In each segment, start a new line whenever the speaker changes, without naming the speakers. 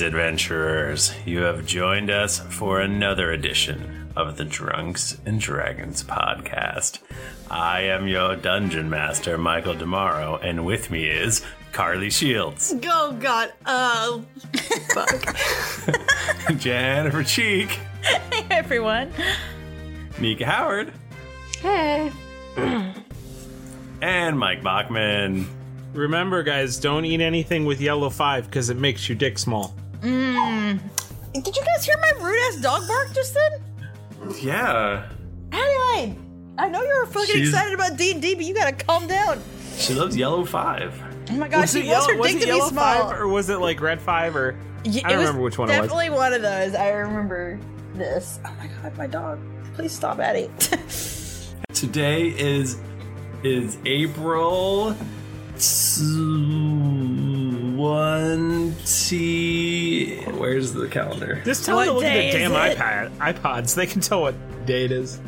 adventurers, you have joined us for another edition of the Drunks and Dragons podcast. I am your dungeon master, Michael Demaro, and with me is Carly Shields,
Oh god. Uh
Jennifer Cheek,
Hey everyone.
Mika Howard,
Hey. Hmm.
and Mike Bachman.
Remember, guys, don't eat anything with yellow five because it makes your dick small.
did you guys hear my rude ass dog bark just then?
Yeah,
Adelaide! I know you're fucking
She's-
excited about D and D, but you gotta calm down.
she loves Yellow Five.
Oh my gosh, she
it
wants
yellow-
her
was
dick to
it
be
yellow
small.
five or was it like red five or?
Y-
I don't remember which one it was.
Definitely one of those. I remember this. Oh my god, my dog. Please stop, Addie.
Today is is April twenty. Where's the calendar?
Just tell
What
them to look
day
at
is
the damn
it?
iPad iPods. They can tell what day it is.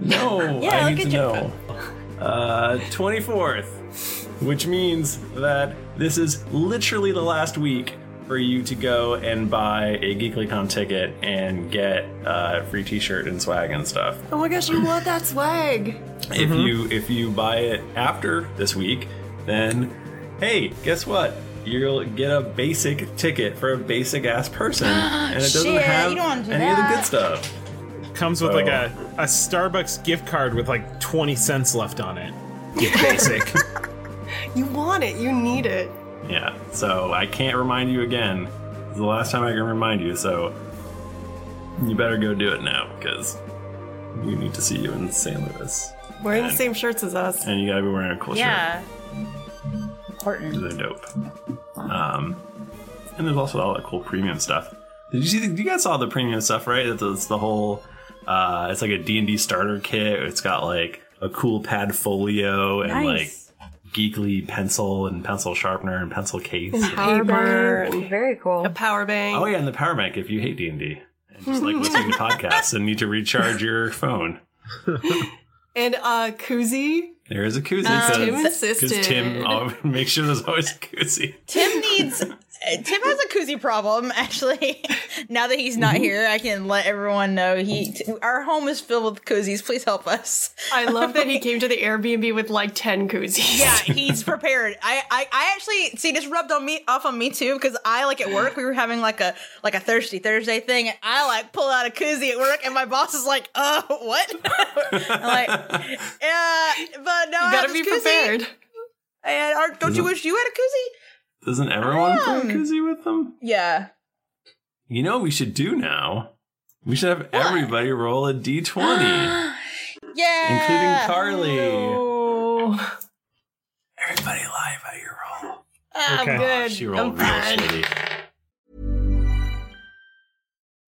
No,
Yeah,
I
look
need to
at your
know. Uh, 24th, which means that this is literally the last week for you to go and buy a GeeklyCon ticket and get uh, free T-shirt and swag and stuff.
Oh my gosh, you want that swag?
Mm-hmm.
If you if you buy it after this week, then hey, guess what? You'll get a basic ticket for a basic ass person, and it doesn't
Shit,
have
you don't wanna do
any of the
that.
good stuff.
Comes with
Oh.
like a, a Starbucks gift card with like 20 cents left on it. Get basic.
You want it. You need it.
Yeah, so I can't remind you again. It's the last time I can remind you, so you better go do it now, because we need to see you in St. Louis.
Wearing the same shirts as us.
And you gotta be wearing a cool shirt.
Yeah.
Important.
'cause They're dope. Um, and there's also all that cool premium stuff. Did you see? The, you guys saw the premium stuff, right? It's, it's the whole. Uh, it's like a D and D starter kit. It's got like a cool pad folio and
Nice.
like geekly pencil and pencil sharpener and pencil case.
Power bank.
Very cool.
A power bank.
Oh yeah, and the power bank if you hate D and D and just like listening to podcasts and need to recharge your phone.
And uh, koozie.
There is a koozie
Tim
because
insisted.
Tim always makes sure there's always a koozie.
Tim needs uh, Tim has a koozie problem, actually. now that he's
Mm-hmm.
not here, I can let everyone know he t- our home is filled with koozies. Please help us.
I love that he came to the Airbnb with like 10 koozies.
Yeah, he's prepared. I, I, I actually see this rubbed on me off on me too because I like at work we were having like a like a thirsty Thursday thing and I like pull out a koozie at work and my boss is like, uh, what? I'm like, yeah, but no,
You
I have
gotta
this
be
koozie."
prepared.
And are, don't you wish you had a koozie?
Doesn't everyone bring a
Um.
koozie with them?
Yeah,
You know what we should do now. We should have everybody roll a d twenty,
yeah,
including Carly.
Oh,
Everybody lie about your roll.
I'm
Oh,
Okay.
good.
She
I'm
rolled real
fine.
shitty.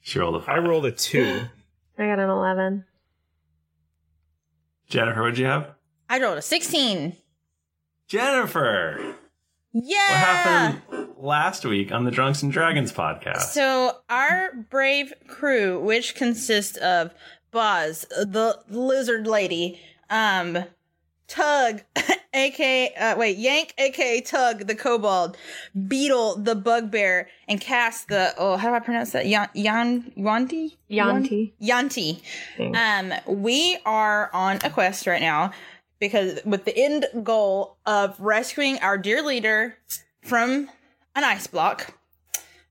She rolled a five.
I rolled a two.
I got an 11.
Jennifer, what'd you have?
I rolled a 16.
Jennifer!
Yeah.
What happened last week on the Drunks and Dragons podcast?
So our brave crew, which consists of Boz, the lizard lady, um, Tug, aka uh, wait Yank, aka Tug, the kobold, Beetle, the bugbear, and Cass, the oh how do I pronounce that? Yan Yan Yanti
Yanti.
Yanti. Um, we are on a quest right now because with the end goal of rescuing our dear leader from an ice block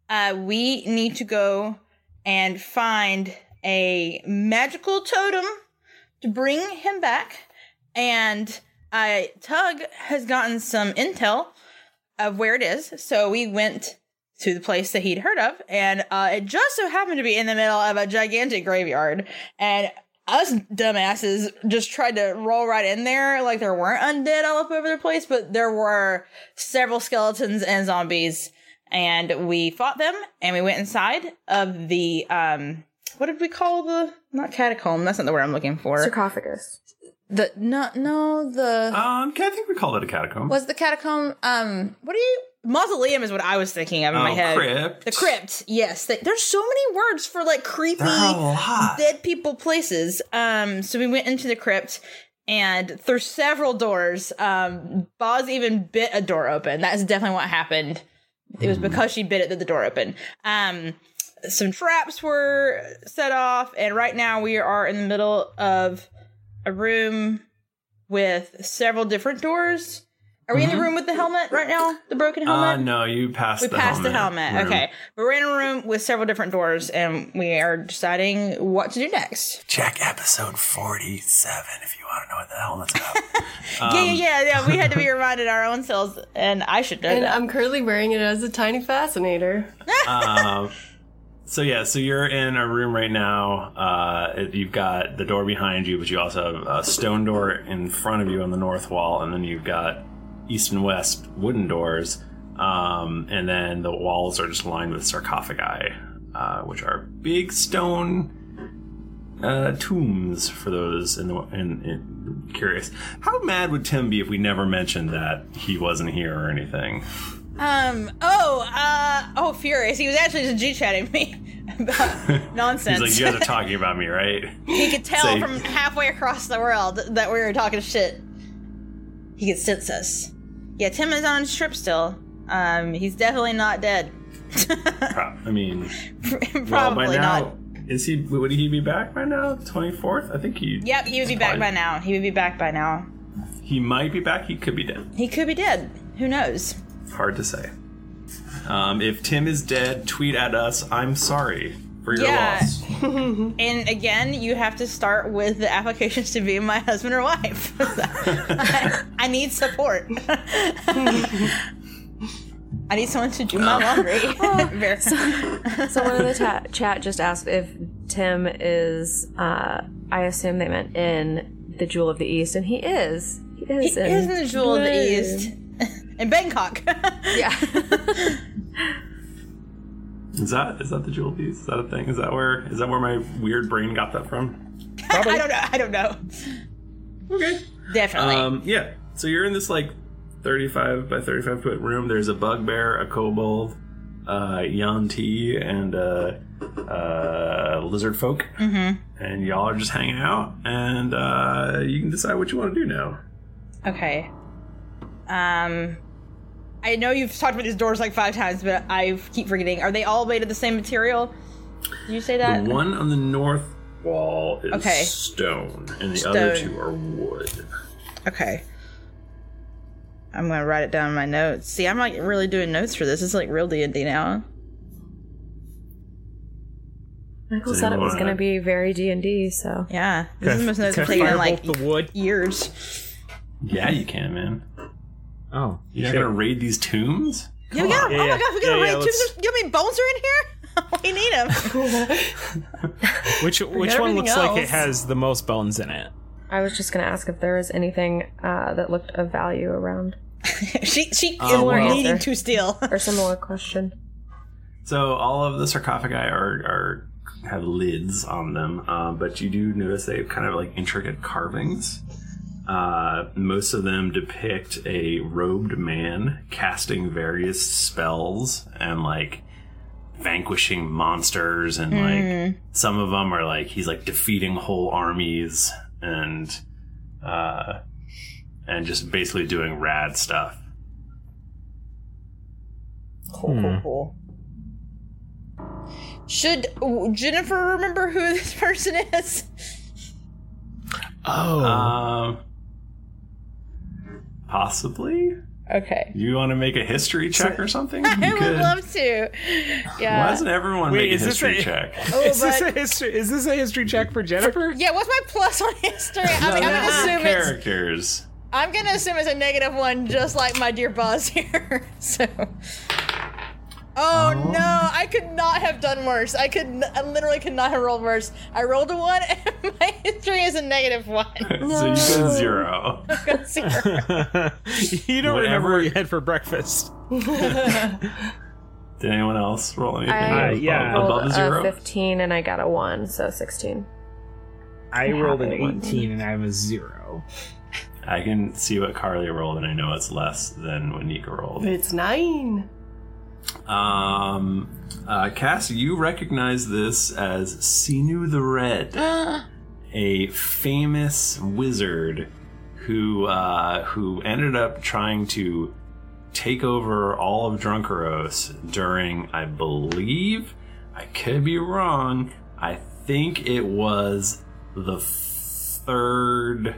uh, we need to go and find a magical totem to bring him back. And uh, Tug has gotten some intel of where it is. So we went to the place that he'd heard of. And uh, it just so happened to be in the middle of a gigantic graveyard. And us dumbasses just tried to roll right in there like there weren't undead all up over the place, but there were several skeletons and zombies and we fought them and we went inside of the um what did we call the not catacomb that's not the word i'm looking for
sarcophagus
the no no the
um I think we called it a catacomb.
was the catacomb um what do you mausoleum is what i was thinking of in my
Oh,
head
crypt.
the crypt yes Th- there's so many words for like creepy
There are a lot.
dead people places um so we went into the crypt and through several doors um boz even bit a door open that's definitely what happened it
Hmm.
was because she bit it that the door opened. Um, some traps were set off, and right now we are in the middle of a room with several different doors. Are we in the room with the helmet right now? The broken
Mm-hmm. uh,
helmet?
no, you passed
we
the
passed the
helmet. Mm.
helmet.
room.
Okay. But we're in a room with several different doors, and we are deciding what to do next.
Check episode 47 if you want to know what the helmet's about.
yeah,
Um,
yeah, yeah, yeah. We had to be reminded our own selves, and I should know
And
that.
I'm currently wearing it as a tiny fascinator.
um, so yeah, so you're in a room right now. Uh, it- you've got the door behind you, but you also have a stone door in front of you on the north wall, and then you've got east and west wooden doors, um, and then the walls are just lined with sarcophagi, uh, which are big stone uh, tombs for those. In the in, in, curious, how mad would Tim be if we never mentioned that he wasn't here or anything?
Um. Oh. Uh. Oh, furious. He was actually just g chatting me about nonsense.
He's like, you guys are talking about me, right?
he could tell
Say-
from halfway across the world that we were talking shit. He could sense us. Yeah, Tim is on his trip still. Um. He's definitely not dead.
Pro- I mean,
Probably
well, by now,
not.
Is he? Would he be back by now? Twenty fourth? I think he.
Yep. He would be back by now. He would be back by now.
He might be back. He could be dead.
He could be dead. Who knows?
Hard to say. Um, if Tim is dead, tweet at us. I'm sorry for your
yeah.
loss.
and again, you have to start with the applications to be my husband or wife. I need support. I need someone to do my
Oh,
laundry. Very-
Someone in the ta- chat just asked if Tim is, uh, I assume they meant in the Jewel of the East, and he is. He is,
He
in,
is in the Jewel of the East. in Bangkok.
Is that is that the jewel piece? Is that a thing? Is that where is that where my weird brain got that from?
I don't know. I don't know.
Okay.
Definitely.
Um, yeah. So you're in this like 35 by 35 foot room. There's a bugbear, a kobold, uh, Yanti, and uh, uh, lizard folk.
hmm
and y'all are just hanging out and uh, you can decide what you want to do now
Okay. Um, I know you've talked about these doors like five times, but I keep forgetting. Are they all made of the same material? Did you say that?
The one on the north wall is
Okay.
stone, and the other
Stone.
two are wood.
Okay. I'm gonna write it down in my notes. See, I'm like really doing notes for this. It's like real D and D now.
Michael
So
said
you
it was
wanna-
going to be very D and D, so
yeah,
This is the most notes I've taken in, like,
the wood
years.
Yeah, you can, man.
Oh,
you're not gonna raid these tombs?
Yeah, we got. oh my gosh, we got
Yeah,
a
yeah,
raid two.
let's-
You know how many bones are in here? we need them.
Which which one
everything
looks like it
else.
has the most bones in it?
I was just going to ask if there was anything uh, that looked of value around.
she she
Uh, is well- needing
to steal
or similar question.
So all of the sarcophagi are, are have lids on them, um, but you do notice they have kind of like intricate carvings. Uh, most of them depict a robed man casting various spells and like vanquishing monsters, and
Mm.
like some of them are like he's like defeating whole armies and uh, and just basically doing rad stuff.
Cool, cool, cool. Should w- Jennifer remember who this person is?
Oh.
Um, possibly?
Okay.
You want to make a history check or something? You
I would
could.
love to. Yeah.
Why doesn't everyone
Wait,
make
is
a
this
history
a-
check?
Oh,
is this a
but-
history? Is this a history check for Jennifer?
Yeah, what's my plus on history? I mean, I'm gonna assume it's.
characters.
I'm gonna assume it's a negative one, just like my dear Buzz here. so. Oh, no! I could not have done worse. I could, n- I literally could not have rolled worse. I rolled a one, and my history is a negative one.
so you said zero.
I've got zero.
you don't remember what you had for breakfast.
Did anyone else roll anything?
Uh,
I
above,
rolled
uh,
above zero.
a 15 and I got a 1, so 16.
I rolled an eighteen, and I
have a zero. I can see what Carly rolled, and I know it's less than what Nika rolled.
It's nine.
Um, uh, Cass, you recognize this as Sinu the Red, a famous wizard who uh, who ended up trying to take over all of Drunkeros during, I believe, I could be wrong. I think it was the third.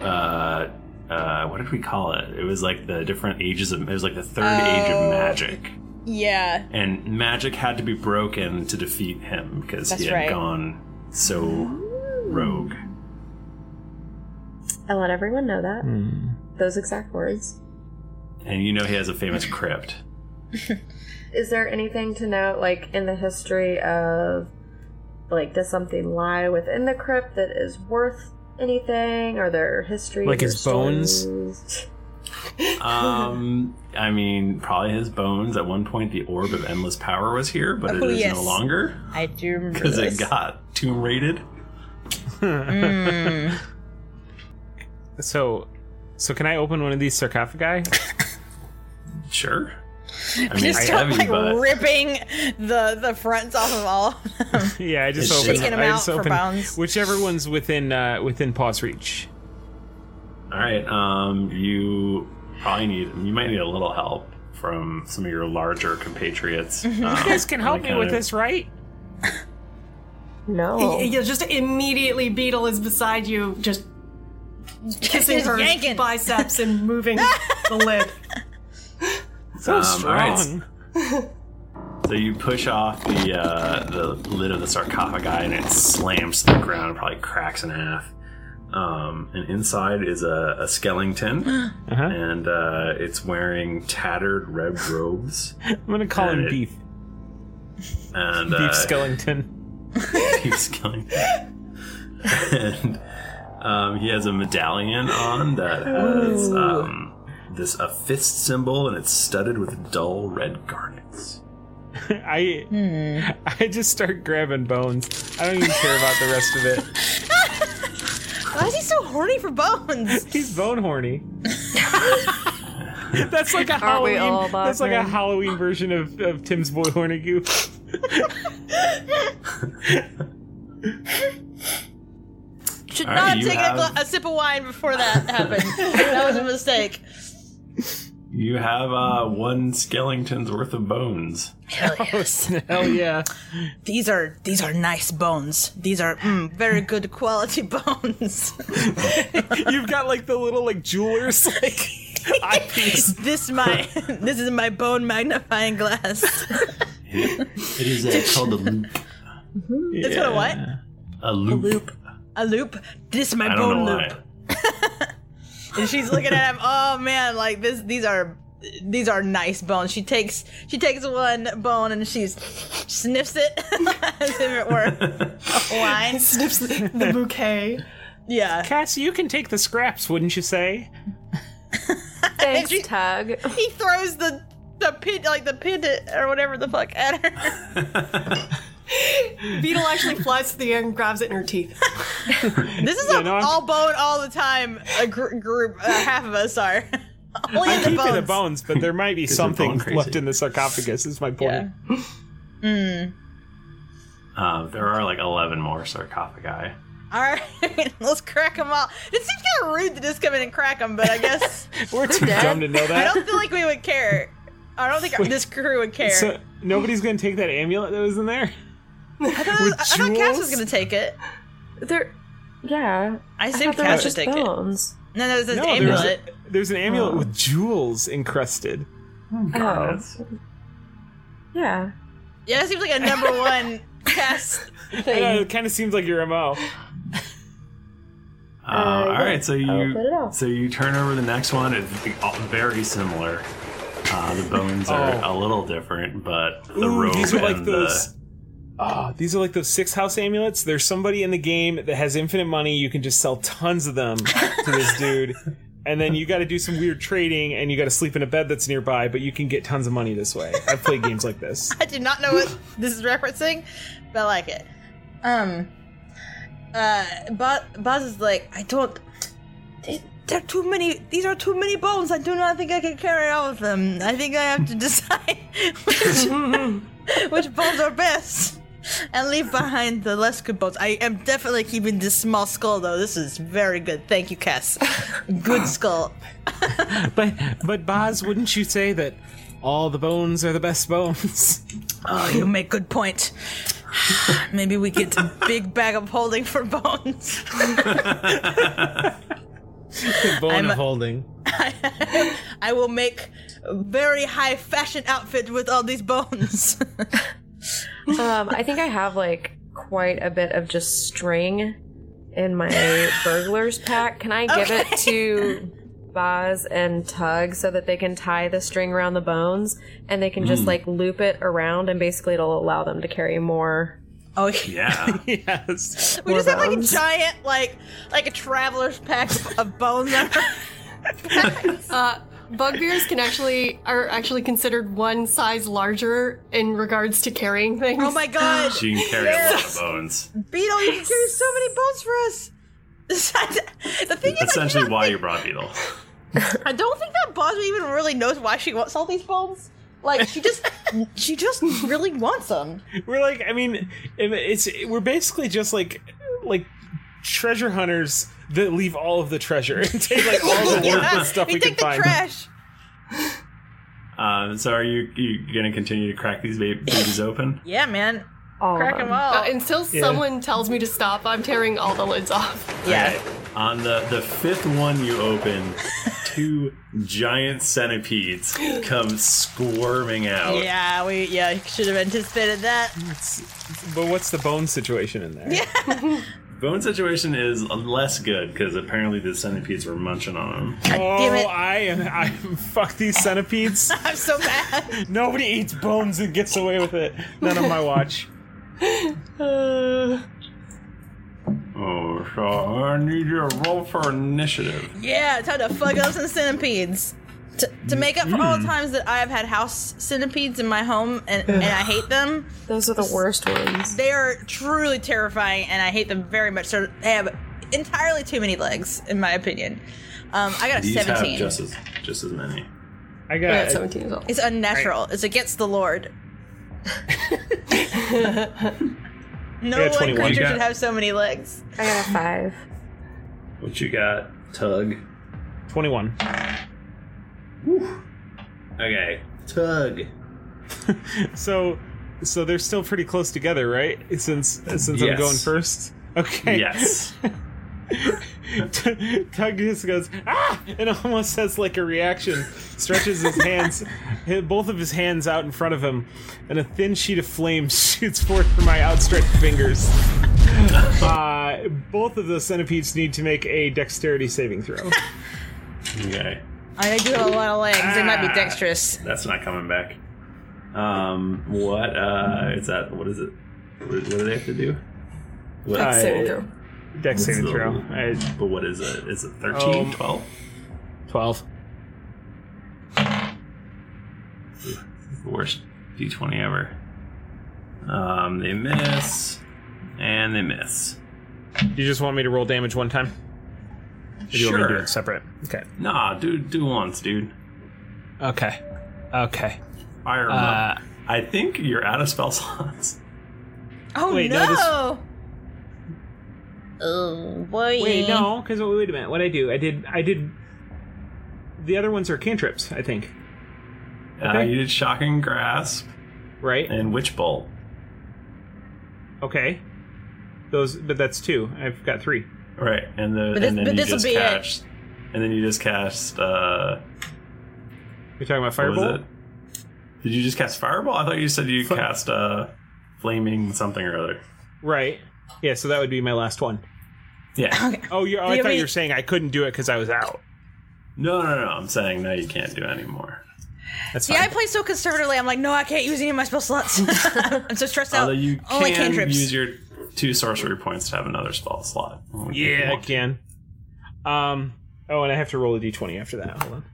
Uh, uh, what did we call it? It was like the different ages of. It was like the third age of
Oh.
magic
yeah.
and magic had to be broken to defeat him because
That's
he had
right.
gone so rogue.
I let everyone know that.
Hmm.
Those exact words.
And you know he has a famous crypt.
Is there anything to note, like, in the history of, like, does something lie within the crypt that is worth anything? Are there histories?
Like
or
his bones?
stories?
Um, I mean, probably his bones. At one point, the orb of endless power was here, but it
Oh,
is
yes.
no longer
I do remember
because it
this.
got tomb raided.
Mm.
so, so can I open one of these sarcophagi?
sure.
I mean,
just
I
start
have you,
like
but-
ripping the the fronts off of all.
yeah, I just
It's
opened.
Taking 'em
I
out
just
for
opened
bounds.
whichever one's within uh, within pause reach.
All right. Um, you probably need. You might need a little help from some of your larger compatriots.
Mhm. You
Um,
guys can
they
help me
kind
with
of-
this,
right?
No.
Yeah, just immediately Beetle is beside you, just kissing
Just
her
yanking.
biceps and moving the lip.
Um, all right.
Oh,
So you push off the uh, the lid of the sarcophagi, and it slams to the ground, probably cracks in half. Um, and inside is a, a skeleton, and uh, it's wearing tattered red robes.
I'm gonna call
And
him
it-
Beef.
And
Beef
uh,
Skellington.
Beef skeleton. and um, he has a medallion on that has
Ooh.
um, this a fist symbol, and it's studded with dull red garnets.
I
Hmm.
I just start grabbing bones. I don't even care about the rest of it.
Why is he so horny for bones?
He's bone horny. That's like a
Aren't we
Halloween.
all,
that's like a
Bachman?
Halloween version of, of Tim's boy horny goof.
Should
All right,
not
you
take
have-
a, gla- a sip of wine before that happened. that was a mistake.
You have uh, one skeleton's worth of bones.
Hell yes.
Oh, Hell yeah.
These are these are nice bones. These are mm, very good quality bones.
You've got like the little like jewelers like eyepiece.
this my this is my bone magnifying glass.
It is uh, called a loop.
It's called a what?
A loop.
A loop. This is my
I don't
bone
know
loop. and she's looking at him. Oh man, like this. These are these are nice bones. She takes she takes one bone and she's sniffs it as if it were a wine.
Sniffs the, the bouquet.
Yeah.
Cassie, you can take the scraps, wouldn't you say?
Thanks, Tug. He throws the the pin like the pin or whatever the fuck at her.
Beetle actually flies to the air and grabs it in her teeth.
This is a all bone all the time. A gr- group, uh, half of us are only
I'm
in the
keeping the
bones.
bones, but there might be
Is it
something
bone crazy?
left in the sarcophagus. Is my point.
Mm.
Uh, there are like 11 more sarcophagi. Uh,
All right, let's crack them all. It seems kind of rude to just come in and crack them, but I guess
We're too dumb to know
I
that.
don't feel like we would care. I don't think
Wait.
this crew would care.
So nobody's gonna take that amulet that was in there.
I thought, I thought Cass was gonna take it.
There, yeah.
I assumed
thought there
Cass
was
would
just
take
bones.
it. No, no, this is
No,
an
there's,
amulet.
a- there's an amulet
Oh.
with jewels encrusted.
Oh. Yeah.
Yeah, that seems like a number one Cass
I know,
thing.
it kind of seems like your mo.
Uh, all right, so
put it
you
off.
so you turn over the next one. It's like all- very similar. Uh, the bones are
Oh.
a little different, but the
Ooh,
robe
these are like
and
those. Ah, these are like those six house amulets. There's somebody in the game that has infinite money. You can just sell tons of them to this dude, and then you got to do some weird trading, and you got to sleep in a bed that's nearby. But you can get tons of money this way. I've played games like this.
I do not know what this is referencing, but I like it. Um, uh, Bo- Boz is like, I don't. They, there are too many. These are too many bones. I do not think I can carry all of them. I think I have to decide which, which bones are best and leave behind the less good bones. I am definitely keeping this small skull though. This is very good. Thank you, Cass. Good skull.
but but Boz, wouldn't you say that all the bones are the best bones?
Oh, you make good point. Maybe we get a big bag of holding for bones.
the bone
I'm-
of holding.
I will make a very high fashion outfit with all these bones.
um, I think I have like quite a bit of just string in my burglar's pack. Can I give it to Boz and Tug so that they can tie the string around the bones and they can just
Mm.
like loop it around and basically it'll allow them to carry more.
Oh
the- yeah.
yes.
we
More
just have like a
bones.
giant, like like a traveler's pack of bones. on our-
Uh, bugbears can actually are actually considered one size larger in regards to carrying things.
Oh my god!
She can carry a lot of bones.
Beetle, you can carry so many bones for us. the thing is, like,
Essentially, why you brought Beetle.
I don't think that Bosma even really knows why she wants all these bones. Like she just, she just really wants them.
We're like, I mean, it- it's we're basically just like like treasure hunters that leave all of the treasure and take like all the worthless stuff we,
we
can
take the
find.
trash.
Um, so are you you gonna continue to crack these ba- babies open?
Yeah, man.
Crack
them.
'em all. Uh, until
Yeah.
someone tells me to stop, I'm tearing all the lids off.
Okay. On the the fifth one you open, two giant centipedes come squirming out.
Yeah, we yeah you should have anticipated that.
But what's the bone situation in there?
Bone situation is less good because apparently the centipedes were munching on them.
oh, I am. I am. Fuck these centipedes.
I'm so mad.
Nobody eats bones and gets away with it. Not on my watch.
Oh, so I need you to roll for initiative.
Yeah, time to fuck up some centipedes. To, to make up for all the times that I have had house centipedes in my home and, and I hate them.
Those are the worst ones.
They are truly terrifying and I hate them very much. So they have entirely too many legs, in my opinion. Um, I got a
These
17.
have just as just as many.
I
got- I got 17
as well.
It's unnatural. It's against the Lord. no
I
one
got 21.
creature
You got-
should have so many legs.
I got a five.
What you got, Tug?
Twenty-one.
Okay. Tug.
so, so they're still pretty close together, right? Since since I'm
Yes.
going first. Okay.
Yes.
T- Tug just goes ah, and almost has like a reaction. Stretches his hands, hi- both of his hands out in front of him, and a thin sheet of flame shoots forth from my outstretched fingers. Uh, both of those centipedes need to make a dexterity saving throw.
Okay.
I do have a lot of legs. They
Ah,
might be dexterous.
That's not coming back. Um, what, uh, is that, what is it? What, what do they have to do?
Dex saving throw. Dex
What's
saving
the-
throw.
but what is it? Is it 13,
Um,
12?
12.
The worst d20 ever. Um, they miss, and they miss.
You just want me to roll damage one time? Or do you want me to do
Sure.
it separate? Okay.
Nah, do do once, dude.
Okay. Okay.
Fire 'em
Uh,
up. I think you're out of spell slots.
Oh
Wait, no,
no!
this-
Oh boy!
Wait, no, because wait a minute. What I do? I did. I did. The other ones are cantrips, I think.
Uh, you did shocking grasp,
right?
And witch bolt.
Okay. Those, but that's two. I've got three.
Right, and the
But this-
and then
but
you
this'll
just
be it.
cast, and then you just cast. uh
You're talking about
What
fireball?
was it? Did you just cast fireball? I thought you said you cast uh flaming something or other.
Right. Yeah. So that would be my last one.
Yeah.
Oh, you. Oh,
Yeah,
I thought
but-
you were saying I couldn't do it because I was out.
No, no, no. I'm saying no, you can't do it anymore.
That's
See, I play so conservatively. I'm like, no, I can't use any of my spell slots. I'm so stressed out.
Although you
Only
can
cantrips.
use your two sorcery points to have another spell slot.
Yeah, I can. Um. Oh, and I have to roll a d20 after that. Hold on.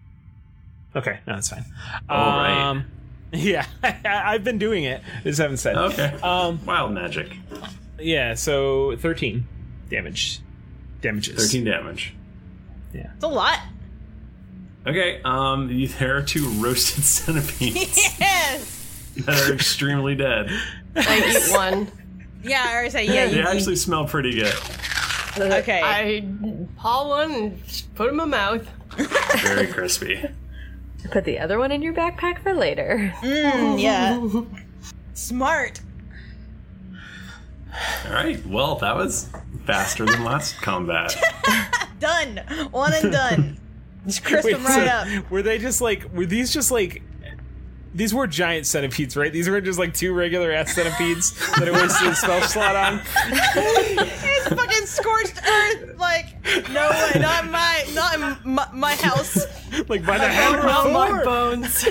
Okay, no, that's fine.
All right.
um, Yeah, I've been doing it. I just haven't said.
Okay.
Um,
Wild magic.
Yeah. So 13 damage. Damages.
13 damage.
It's a lot.
Okay. Um, you- there are two roasted centipedes
yes.
that are extremely dead.
I eat one.
Yeah, I already say yeah.
they
you- you-
actually smell pretty good.
Okay.
I paw one and just put it in my mouth.
Very crispy.
Put the other one in your backpack for later.
Mm, yeah. Smart.
All right. Well, that was faster than last combat.
Done. One and done. Just crisp them right
up. Were they just like? Were these just like? These were giant centipedes, right? These were just like two regular ass centipedes that I wasted a spell slot on.
it's fucking scorched earth. Like, no way. Not in my, not in my, my house.
Like by
the hammer
Not my
before.
bones.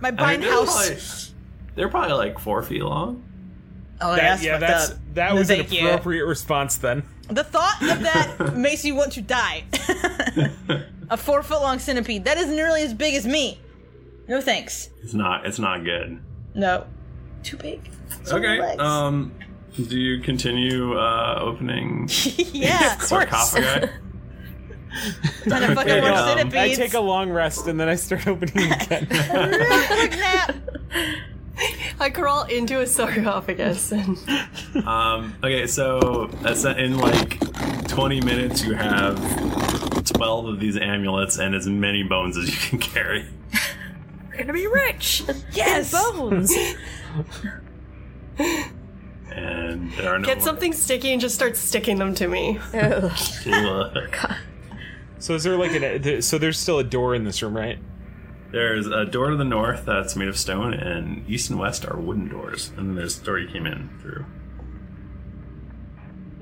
My
I mean,
bind
they're
house.
probably- They're probably like four feet long.
Oh,
That-
that's
yeah,
fucked
that's
up.
that was an
Thank you.
appropriate response then.
The thought of that makes you want to die. a four foot long centipede. That isn't nearly as big as me. No thanks.
It's not. It's not good.
No. Too big. So many
Okay.
legs.
Um, do you continue uh, opening
yeah.
sarcophagi?
Trying to fucking work
Um,
centipedes.
I take a long rest and then I start opening again.
I crawl into a sarcophagus and
Um, okay, so that's- in like 20 minutes, you have 12 of these amulets and as many bones as you can carry.
We're gonna be rich.
Yes.
Bones.
And there are no
get something sticky and just start sticking them to me.
So is there like an th- so there's still a door in this room, right?
There's a door to the north that's made of stone, and east and west are wooden doors. And then there's the door you came in through.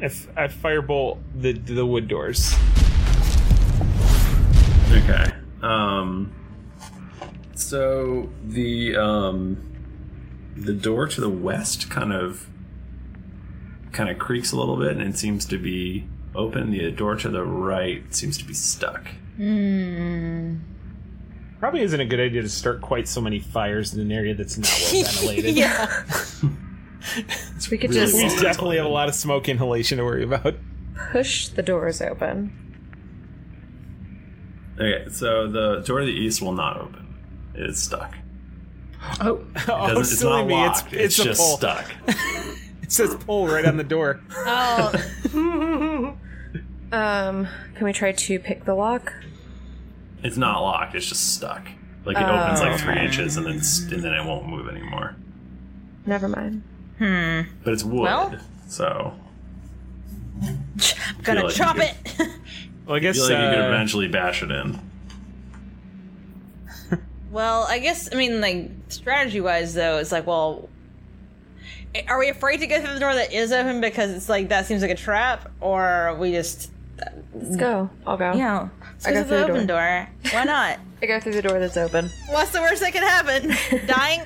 If I firebolt the the wood doors.
Okay. Um. So the um, the door to the west kind of kind of creaks a little bit, and it seems to be open. The door to the right seems to be stuck.
Hmm.
Probably isn't a good idea to start quite so many fires in an area that's not well ventilated.
yeah.
we could
We
just
definitely have a lot of smoke inhalation to worry about.
push the doors open.
Okay, so the door to the east will not open. It is stuck.
Oh,
It doesn't- it's not
silly me! It's,
locked.
it's,
It's
a
just
pull.
stuck.
it says pull right on the door.
Oh.
Um, can we try to pick the lock?
It's not locked. It's just stuck. Like it opens
Oh,
like three
okay.
inches and then s- and then it won't move anymore.
Never mind.
Hmm.
But it's wood,
Well-
so
Gotta
Feel like
chop
you
it.
Well, I
guess feel like you
uh,
could eventually bash it in.
Well, I guess I mean like strategy wise though, it's like well, are we afraid to go through the door that is open because it's like that seems like a trap, or are we just
Let's go. I'll go.
Yeah, let's go through the open door. Why not?
I go through the door that's open.
What's the worst that could happen? Dying.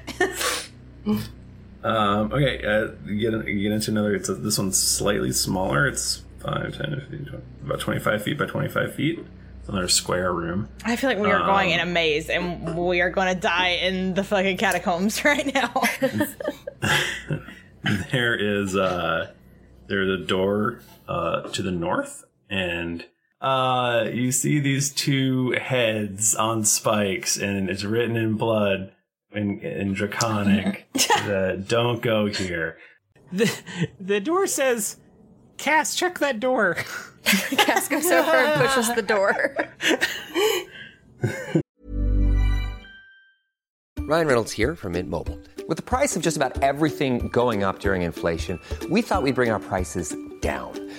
Um, okay, uh, you get you get into another. It's a, this one's slightly smaller. It's 5, 10, 15, 20, about twenty five feet by twenty five feet. It's another square room.
I feel like we are going in
Um,
a maze and we are going to die in the fucking catacombs right now.
there is uh there's a door uh to the north and uh you see these two heads on spikes and it's written in blood and in draconic that don't go here
The door says, "Cass, check that door."
Cass goes over and pushes the door.
Ryan Reynolds here from Mint Mobile. With the price of just about everything going up during inflation, we thought we'd bring our prices down.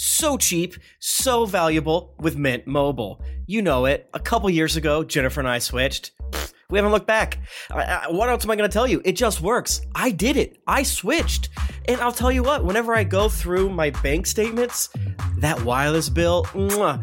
So cheap, so valuable with Mint Mobile. You know it. A couple years ago, Jennifer and I switched. Pfft, We haven't looked back. I- I- what else am I going to tell you? It just works. I did it. I switched. And I'll tell you what, whenever I go through my bank statements, that wireless bill, mwah,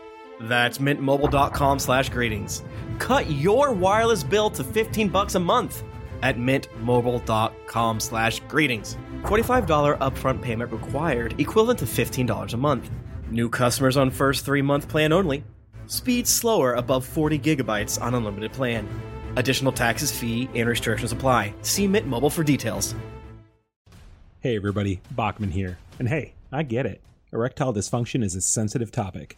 That's mintmobile.com slash greetings. Cut your wireless bill to 15 bucks a month at mintmobile.com slash greetings. $45 upfront payment required, equivalent to $15 a month. New customers on first three-month plan only. Speed slower above 40 gigabytes on unlimited plan. Additional taxes, fee, and restrictions apply. See Mint Mobile for details.
Hey, everybody, Bachman here. And hey, I get it. Erectile dysfunction is a sensitive topic,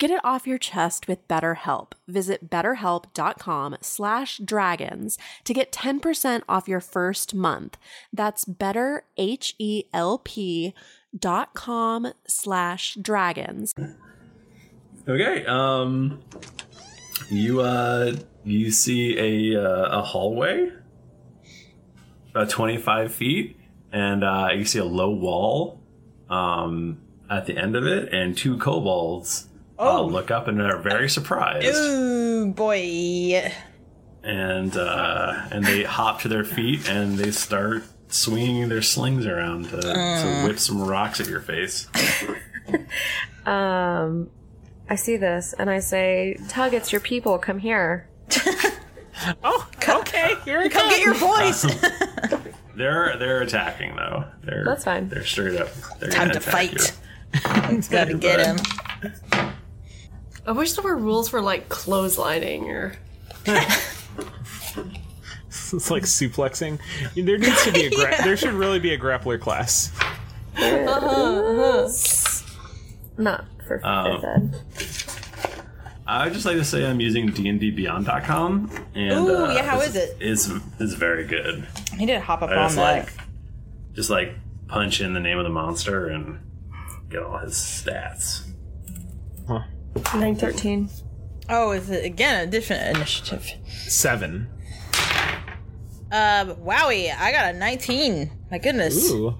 Get it off your chest with BetterHelp. Visit betterhelp.com slash dragons to get 10% off your first month. That's E betterhelp.com slash dragons.
Okay. Um, you uh, you see a uh, a hallway about twenty five feet, and uh, you see a low wall um, at the end of it, and two kobolds uh, look up and are very surprised,
Ooh, boy.
and uh, and they hop to their feet and they start swinging their slings around to, to
Mm.
whip some rocks at your face.
Um, I see this and I say, Tug, it's your people. Come here.
oh, okay. Here I
come. Get your boys.
Um, They're they're attacking though. They're
That's fine.
They're straight up. They're
Time
gonna
to
attack
fight.
You.
Gotta get him.
I wish there were rules for like clotheslining or.
it's like suplexing. There needs to be a gra- there should really be a grappler class.
Uh-huh,
Not for
Um, I would just like to say I'm using dndbeyond.com, and
Ooh,
uh,
yeah, how
it's-
is it?
It's it's very good.
He did hop up
I
on
just
that.
like just like punch in the name of the monster and get all his stats.
Nine thirteen.
Oh, is it again addition initiative?
Seven.
Um, wowie, I got a 19. My goodness.
Um,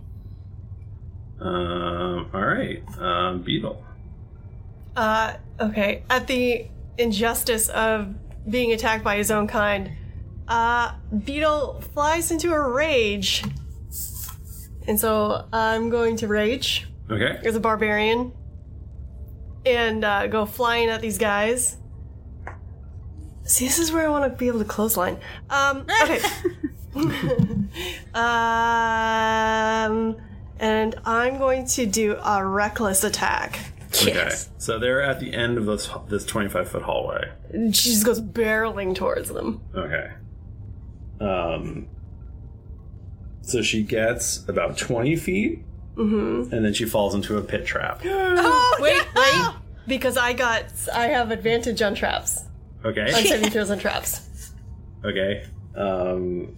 all right, um, Beetle.
Uh, okay. At the injustice of being attacked by his own kind, uh, Beetle flies into a rage. And so I'm going to rage
Okay.
as a barbarian and uh, go flying at these guys. See, this is where I want to be able to clothesline. Um, okay. um, and I'm going to do a reckless attack.
Okay, so they're at the end of this this 25 foot hallway.
And She just goes barreling towards them.
Okay. Um. So she gets about 20 feet,
Mm-hmm.
and then she falls into a pit trap.
Oh, wait, wait. Because I got, I have advantage on traps,
Okay.
on saving throws on traps.
Okay. Um,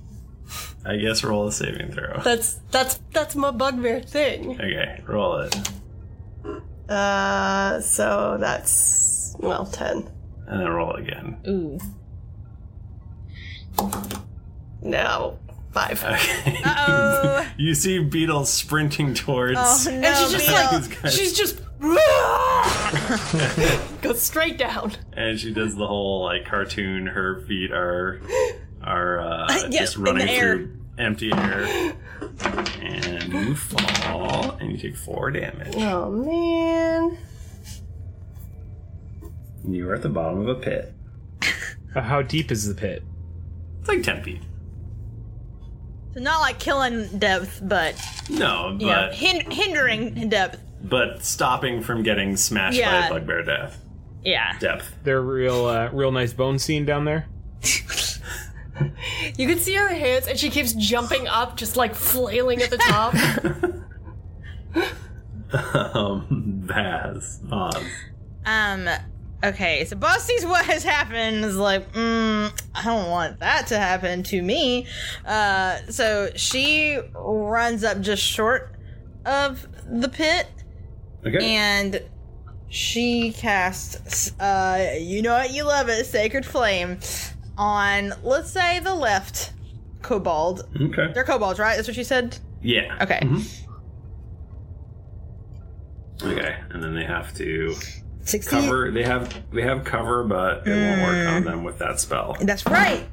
I guess roll a saving throw.
That's that's that's my bugbear thing.
okay, roll it.
Uh, so that's well ten.
And then roll again.
Ooh.
No, Oh, five.
Okay. you see Beetle sprinting towards.
and she's just
these
like,
guys.
she's just goes straight down.
and she does the whole like cartoon. Her feet are are uh,
Yeah,
just
in
running
the air.
through empty air, and you fall, and you take four damage.
Oh man.
And you are at the bottom of a pit.
How deep is the pit?
It's like ten feet.
So not like killing depth, but
No,
you know,
but
hin- hindering depth.
but stopping from getting smashed
Yeah.
by bugbear death
Yeah.
depth.
They're real, uh, real nice bone scene down there.
You can see her hands, and she keeps jumping up, just like flailing at the top.
um, Baz, Boz.
Um, Okay, so Boss sees what has happened. Is like, mm, I don't want that to happen to me. Uh, so she runs up just short of the pit,
Okay.
and she casts, uh, you know what, you love it, Sacred Flame, on let's say the left kobold.
Okay.
They're kobolds, right? That's what she said.
Yeah.
Okay.
Mhm. Okay, and then they have to
60.
cover. They have they have cover, but it won't work
Mm.
Hmm.
on them with that spell.
That's right.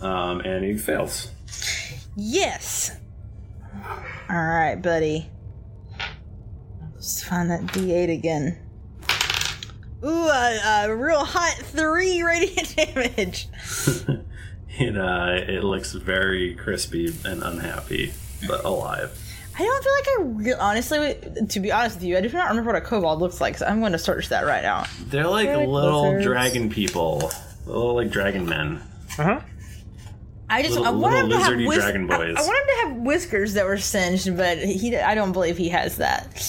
Um, and he fails.
Yes. All right, buddy. Let's find that D8 again. Ooh, a, a real hot three radiant damage.
It uh, it looks very crispy and unhappy, but alive.
I don't feel like I re- honestly, to be honest with you, I do not remember what a kobold looks like, so I'm going to search that right now.
They're like,
They're like
little
lizards.
dragon people, little like dragon men. Uh huh.
I just
Little-
I want him to
little
have
lizardy
whis-
dragon
I-
boys.
I, want him to have whiskers that were singed, but he I don't believe he has that.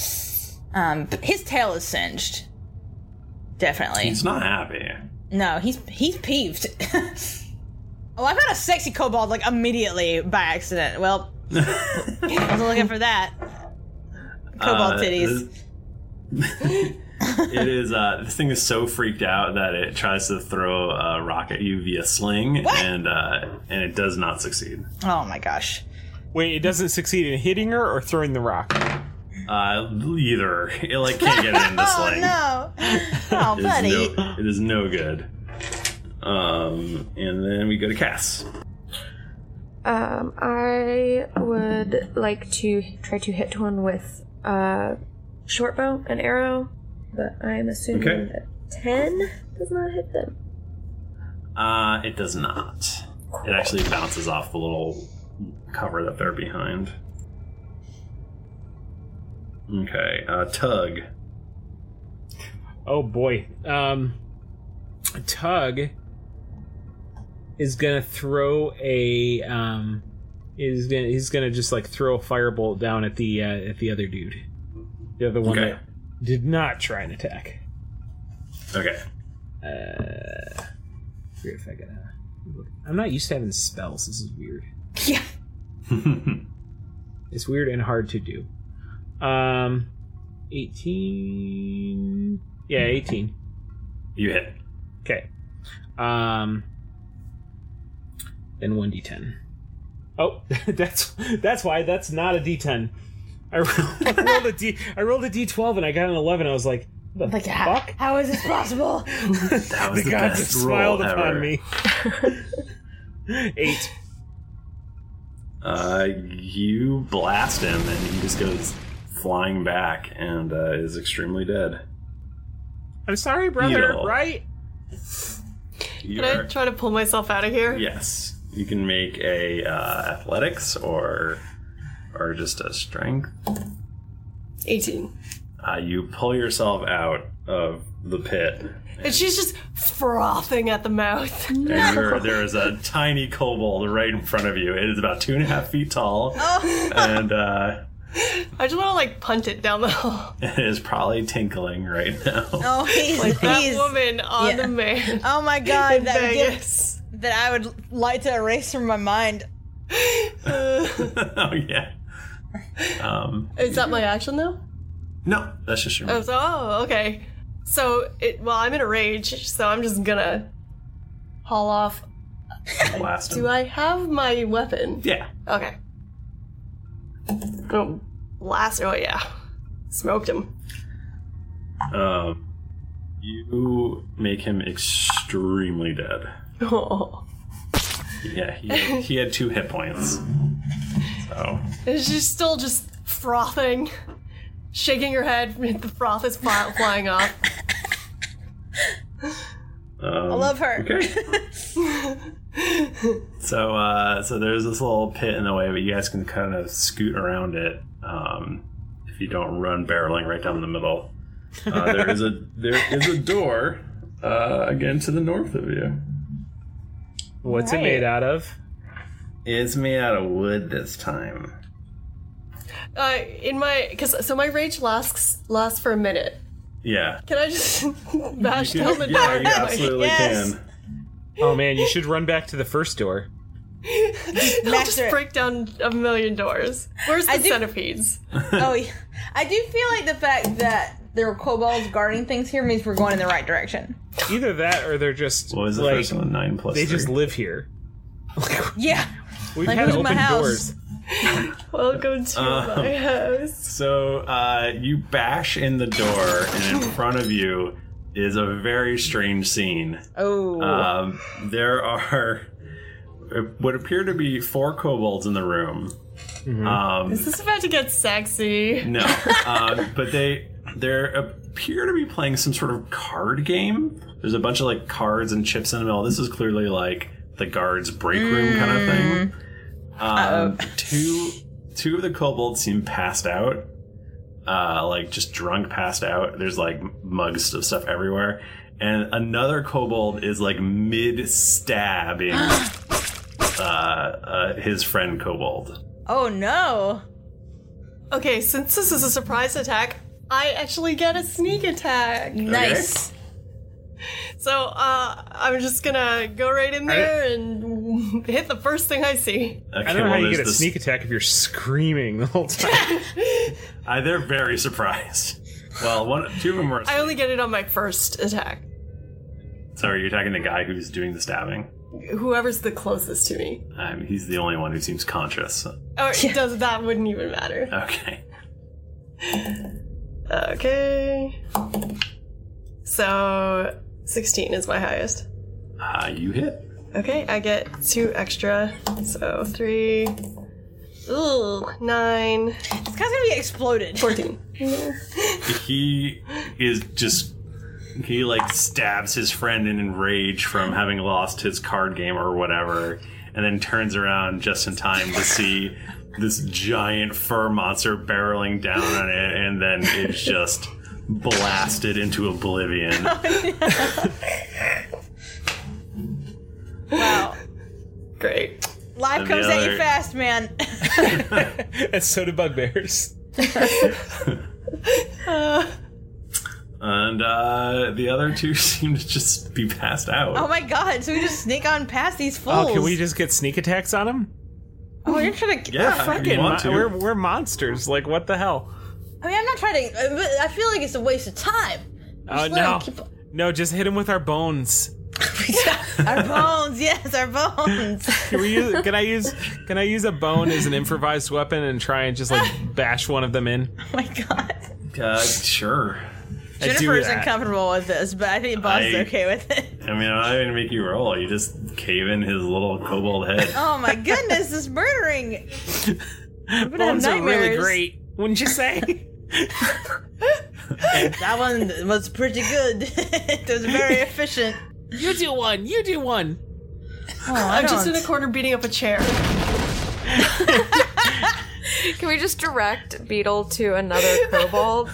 Um, but his tail is singed. Definitely.
He's not happy.
No, he's he's peeved. oh, I got a sexy kobold like immediately by accident. Well, I wasn't looking for that. Kobold
Uh,
titties.
It is. Uh, this thing is so freaked out that it tries to throw a rock at you via sling, and uh, and it does not succeed.
Oh my gosh.
Wait, it doesn't succeed in hitting her or throwing the rock.
Uh, either it like can't get it in the sling.
Oh, No. Oh,
It is
buddy.
no- it is no good. Um, and then we go to Cass.
Um, I would like to try to hit one with uh, short bow and arrow, but I'm assuming
Okay.
that ten does not hit them.
Uh, it does not. It actually bounces off the little cover that they're behind. Okay, uh, Tug.
Oh boy. Um Tug is gonna throw a um is gonna he's gonna just like throw a firebolt down at the uh, at the other dude. The other one
Okay.
that did not try and attack.
Okay.
Uh figure if I got a I'm not used to having spells, this is weird. It's weird and hard to do. Um 18 Yeah, 18.
You hit.
Okay. Um then 1d10. Oh, that's that's why that's not a d10. I rolled, I rolled a d I rolled a d12 and I got an 11. I was like, what the
Like, how, how is this possible?
That
the, gods have smiled upon me. Eight.
Uh, you blast him, and he just goes flying back and uh, is extremely dead.
I'm sorry, brother,
Beetle.
right?
You
Can I
are-
try to pull myself out of here?
yes, you can make a uh, athletics or or just a strength.
18.
Uh, you pull yourself out of the pit,
And she's just frothing at the mouth.
and you're, there is a tiny kobold right in front of you. It is about two and a half feet tall, and uh,
I just want to like punt it down the hall.
it is probably tinkling right now.
Oh, he's,
Like that
he's
woman on the man.
Oh my god,
in
that would get- that I would like to erase from my mind.
oh yeah. Um,
Is that my action though?
no, that's just your.
Oh, so, oh, okay. So, it, well, I'm in a rage, so I'm just gonna haul off.
Blast him.
Do I have my weapon?
Yeah.
Okay. Oh, blast. Oh, yeah. Smoked him.
Um, you make him extremely dead.
Oh.
Yeah, he, he had two hit points. So
And she's still just frothing, shaking her head. The froth is fly- flying off.
um,
I love her.
Okay. So uh, so there's this little pit in the way, but you guys can kind of scoot around it um, if you don't run barreling right down the middle. Uh, there is a there is a door uh, again to the north of you.
What's it made out of?
It's made out of wood this time.
Uh, in my, cause so my rage lasts lasts for a minute.
Yeah.
Can I just bash
You
down
can-
the
yeah,
door?
you absolutely
Yes.
can. Oh man, you should run back to the first door.
I'll just break down a million doors. Where's the
I do-
centipedes?
oh, yeah. I do feel like the fact that there are kobolds guarding things here means we're going in the right direction.
Either that, or they're just
What was the
like,
first one? Nine plus
They just
three.
live here.
Yeah.
We've
Like,
had
who's
open
my house?
doors. Uh,
Welcome to my
Um,
house.
So uh, you bash in the door, and in front of you is a very strange scene.
Oh.
Um, there are what appear to be four kobolds in the room. Um,
This is about to get sexy.
no, um, but they they appear to be playing some sort of card game. There's a bunch of like cards and chips in the middle. This is clearly like the guards' break room kind of thing. Um, two two of the kobolds seem passed out, uh, like just drunk, passed out. There's like mugs of stuff everywhere, and another kobold is like mid stabbing uh, uh, his friend kobold.
Oh no.
Okay, since this is a surprise attack, I actually get a sneak attack.
Nice.
So uh, I'm just gonna go right in there and hit the first thing I see.
I don't know
well,
how you
there's
get a
this-
sneak attack if you're screaming the whole time.
Uh, they're very surprised. Well, one two of them were.
I only get it on my first attack.
So are you attacking the guy who's doing the stabbing?
Whoever's the closest to me.
Um, he's the only one who seems conscious.
Or it does that wouldn't even matter.
Okay.
Okay. So 16 is my highest.
Uh, you hit.
Okay, I get two extra. So three. Ooh, nine. This
guy's gonna be exploded.
14.
Oh,
He is just. He like stabs his friend in rage from having lost his card game or whatever, and then turns around just in time to see this giant fur monster barreling down on it, and then it's just blasted into oblivion.
Wow.
Great.
Life
And the
comes at
other-
you fast, man.
and so do bugbears.
Uh,
And uh, the other two seem to just be passed out.
oh my god, so we just sneak on past these fools.
Oh, can we just get sneak attacks on them?
Oh, you're trying to.
we're fucking mon- We're, we're monsters. Like what the hell?
I mean, I'm not trying to. uh, but I feel like it's a waste of time.
Oh
let 'em
no, no, just hit them with our bones.
Our bones, yes, our bones.
Can we use? Can I use? Can I use a bone as an improvised weapon and try and just like bash one of them in?
Oh
Uh, sure.
Jennifer's uncomfortable with this, but I think Boss is
I-
okay with it.
I mean, I'm not going to make you roll. You just cave in his little kobold head.
Oh my goodness, this murdering. I'm gonna
Bones
have
are really
nightmares.
great. Wouldn't you say?
that one was pretty good. it was very efficient.
You do one. You do one.
Oh, I
I'm just in
don't.
a corner beating up a chair.
Can we just direct Beetle to another kobold?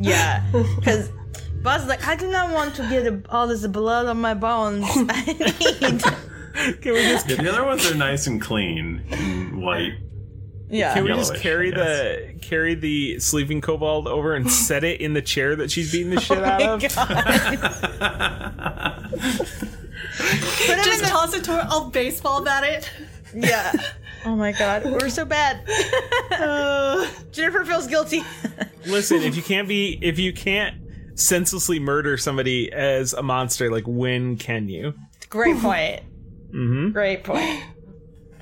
Yeah, because Boss is like, I do not want to get all this blood on my bones.
Can we just?
the other ones are nice and clean and white.
Yeah.
Can we just
Yellowish,
carry the carry the sleeping kobold over and set it in the chair that she's beating
Oh
the shit out of?
Oh just toss it to her. I'll baseball bat it.
Yeah. Oh my god, we're so bad. Jennifer feels guilty.
Listen, if you can't be if you can't senselessly murder somebody as a monster, like when can you?
Great point.
Mm-hmm.
Great point.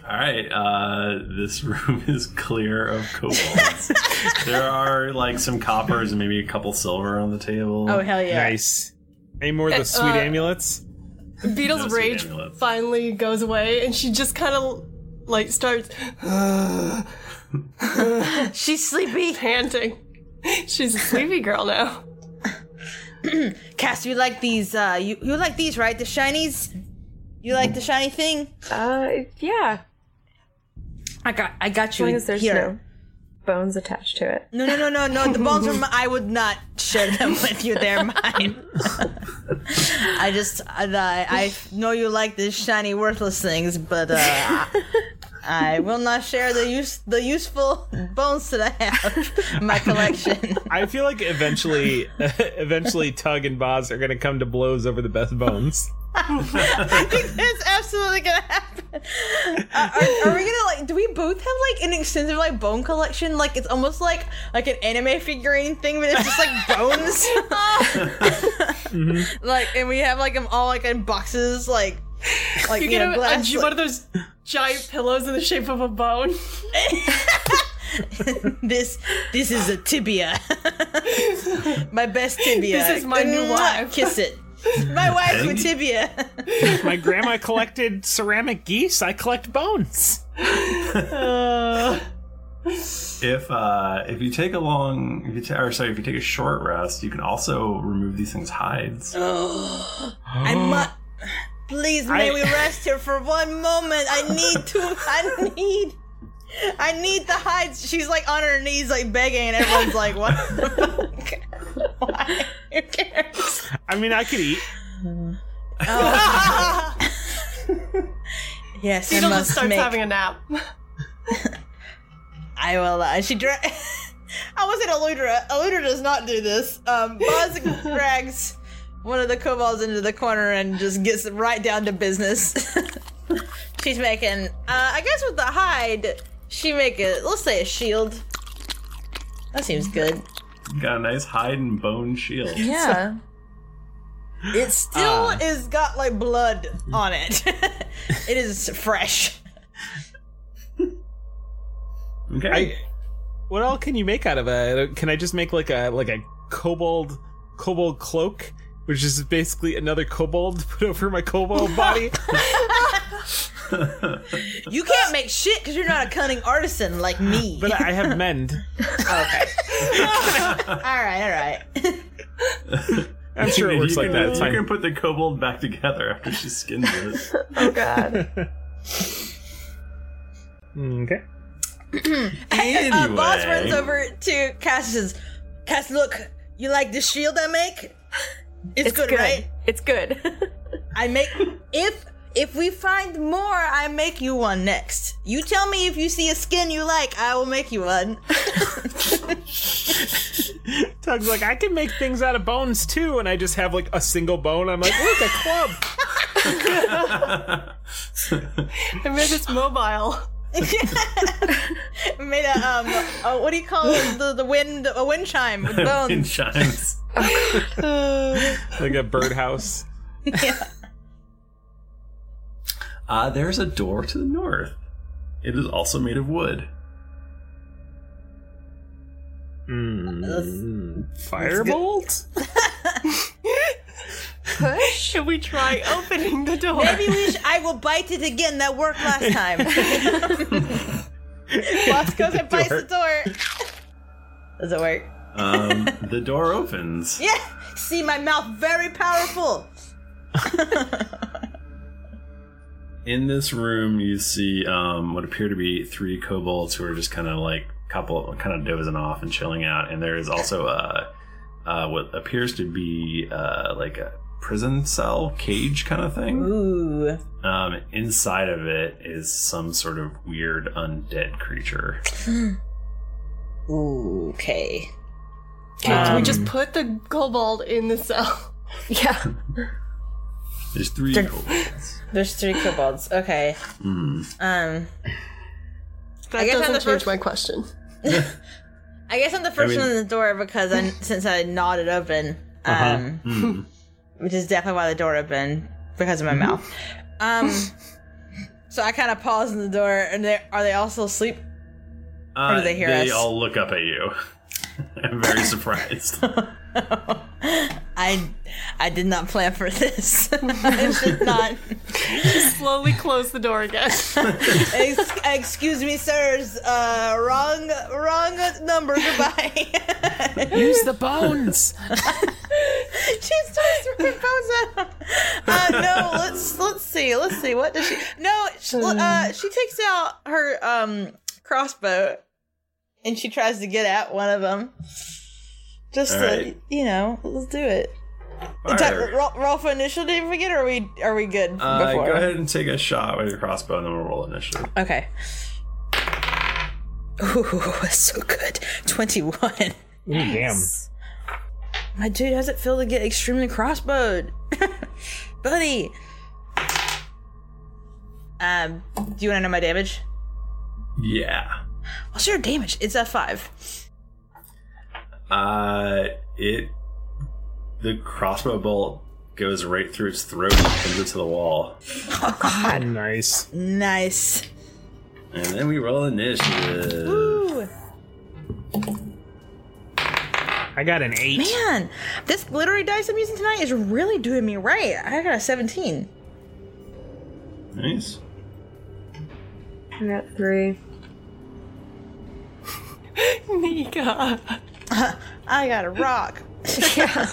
All right, uh, this room is clear of kobolds. there are like some coppers and maybe a couple silver on the table.
Oh, hell yeah.
Nice. Any more
of the Uh, sweet uh,
amulets?
Beetle's
sweet
rage
amulets.
finally goes away, and she just kind of like starts.
She's sleepy,
panting. She's a sleepy girl now.
Cass, you like these? Uh, you you like these, right? The shinies. You like the shiny thing?
Uh, yeah.
I got, I got
As
you
long as there's
here.
no bones attached to it.
No, no, no, no, no. The bones are. My, I would not share them with you. They're mine. I just, uh, I, I know you like these shiny, worthless things, but uh, I- I will not share the use the useful bones that I have in my collection.
I feel like eventually, eventually, Tug and Boz are going to come to blows over the best bones.
I think that's absolutely gonna happen. Uh, are, are we gonna like? Do we both have like an extensive like bone collection? Like it's almost like like an anime figurine thing, but it's just like bones. Like, and we have like them all like in boxes, like like
you
you
get
know,
a, a
glass,
gi-
like-
one of those giant pillows in the shape of a bone.
this this is a tibia. my best tibia.
This is my new
Mwah!
wife.
Kiss it. My wife's my tibia.
My grandma collected ceramic geese. I collect bones.
If uh, if you take a long, if you ta- or sorry, if you take a short rest, you can also remove these things' hides.
Oh,
I must. Please, may
I-
we rest here for one moment. I need to. I need. I need the hides. She's like on her knees, like begging, and everyone's like, "What? Who cares?"
I mean, I could eat.
Oh. Yes, I
Beetle
must
just starts
make-
having a nap.
I will. Uh, she dra- I was in Eludra. Eludra does not do this. Um, Boz drags one of the kobolds into the corner and just gets right down to business. She's making. Uh, I guess with the hide, she make a. Let's say a shield. That seems good.
You got a nice hide and bone shield.
Yeah. It still
Ah.
is got like blood on it. it is fresh.
Okay.
what all can you make out of it? Can I just make like a like a kobold kobold cloak, which is basically another kobold to put over my kobold body?
You can't make shit because you're not a cunning artisan like me.
but I have mend.
all right, all right.
I'm sure it works
You
like
can-
that. It's
You
fine.
can put the kobold back together after she skins it.
Oh god.
Okay.
Uh, Boss
Anyway.
runs over to Cass and says, Cass, look, you like this shield I make? It's,
It's
good,
good.
right? It's good. I make if if we find more, I make you one next. You tell me if you see a skin you like, I will make you one.
Tug's like, I can make things out of bones too, and I just have like a single bone. I'm like, look, a club.
I made this mobile.
Made a um a, what do you call it? the the wind a wind chime with
Wind
bones.
chimes.
like a birdhouse.
Uh, there's a door to the north. It is also made of wood.
Hmm.
Hmm, Firebolt?
Push? Should we try opening the door? Maybe we sh- I will bite it again. That worked last time. Boss goes and bites the door. Does it work?
Um, the door opens.
Yeah. See my mouth very powerful.
In this room, you see um, what appear to be three kobolds who are just kind of like couple, kind of dozing off and chilling out. And there is also a uh, what appears to be uh, like a prison cell cage kind of thing.
Ooh.
Um, inside of it is some sort of weird undead creature.
okay.
Can we
Um,
just put the kobold in the cell?
Yeah.
There's three. kobolds.
There's three kobolds. Okay.
Hmm.
Um.
That
I guess
doesn't
I'm the
change
first.
my question.
I guess I'm the first
I mean-
one in the door because I since I nodded open,
Uh-huh.
um, which is definitely why the door opened because of my
Mm-hmm.
mouth. Um. so I kind of pause in the door, and they are they all still asleep?
Uh,
do they hear us?
all look up at you. I'm very surprised.
I I did not plan for this. I should not.
Slowly close the door again.
Ex- excuse me, sirs. Uh, wrong, wrong number. Goodbye.
Use the bones.
she starts throwing bones at him. Uh, no, let's let's see, let's see. What does she? No, she, uh, she takes out her um crossbow, and she tries to get at one of them. Just
All
to,
right.
you know, let's do it. Is that-
Fire.
roll, roll for initiative again, or are we are we good
Uh, go
before?
ahead and take a shot with your crossbow, and then we'll roll initiative.
Okay. Ooh, that's so good. Twenty-one. My dude, how's it feel to get extremely crossbowed? Buddy! Um, do you want to know my damage?
Yeah.
What's your damage? It's a five.
Uh, it the crossbow bolt goes right through its throat and pins it to the wall.
nice.
Nice.
And then we roll initiative.
Ooh,
I got an eight.
man, this glittery dice I'm using tonight is really doing me right. I got a 17.
Nice.
I got three.
Nika. I got a rock. yeah.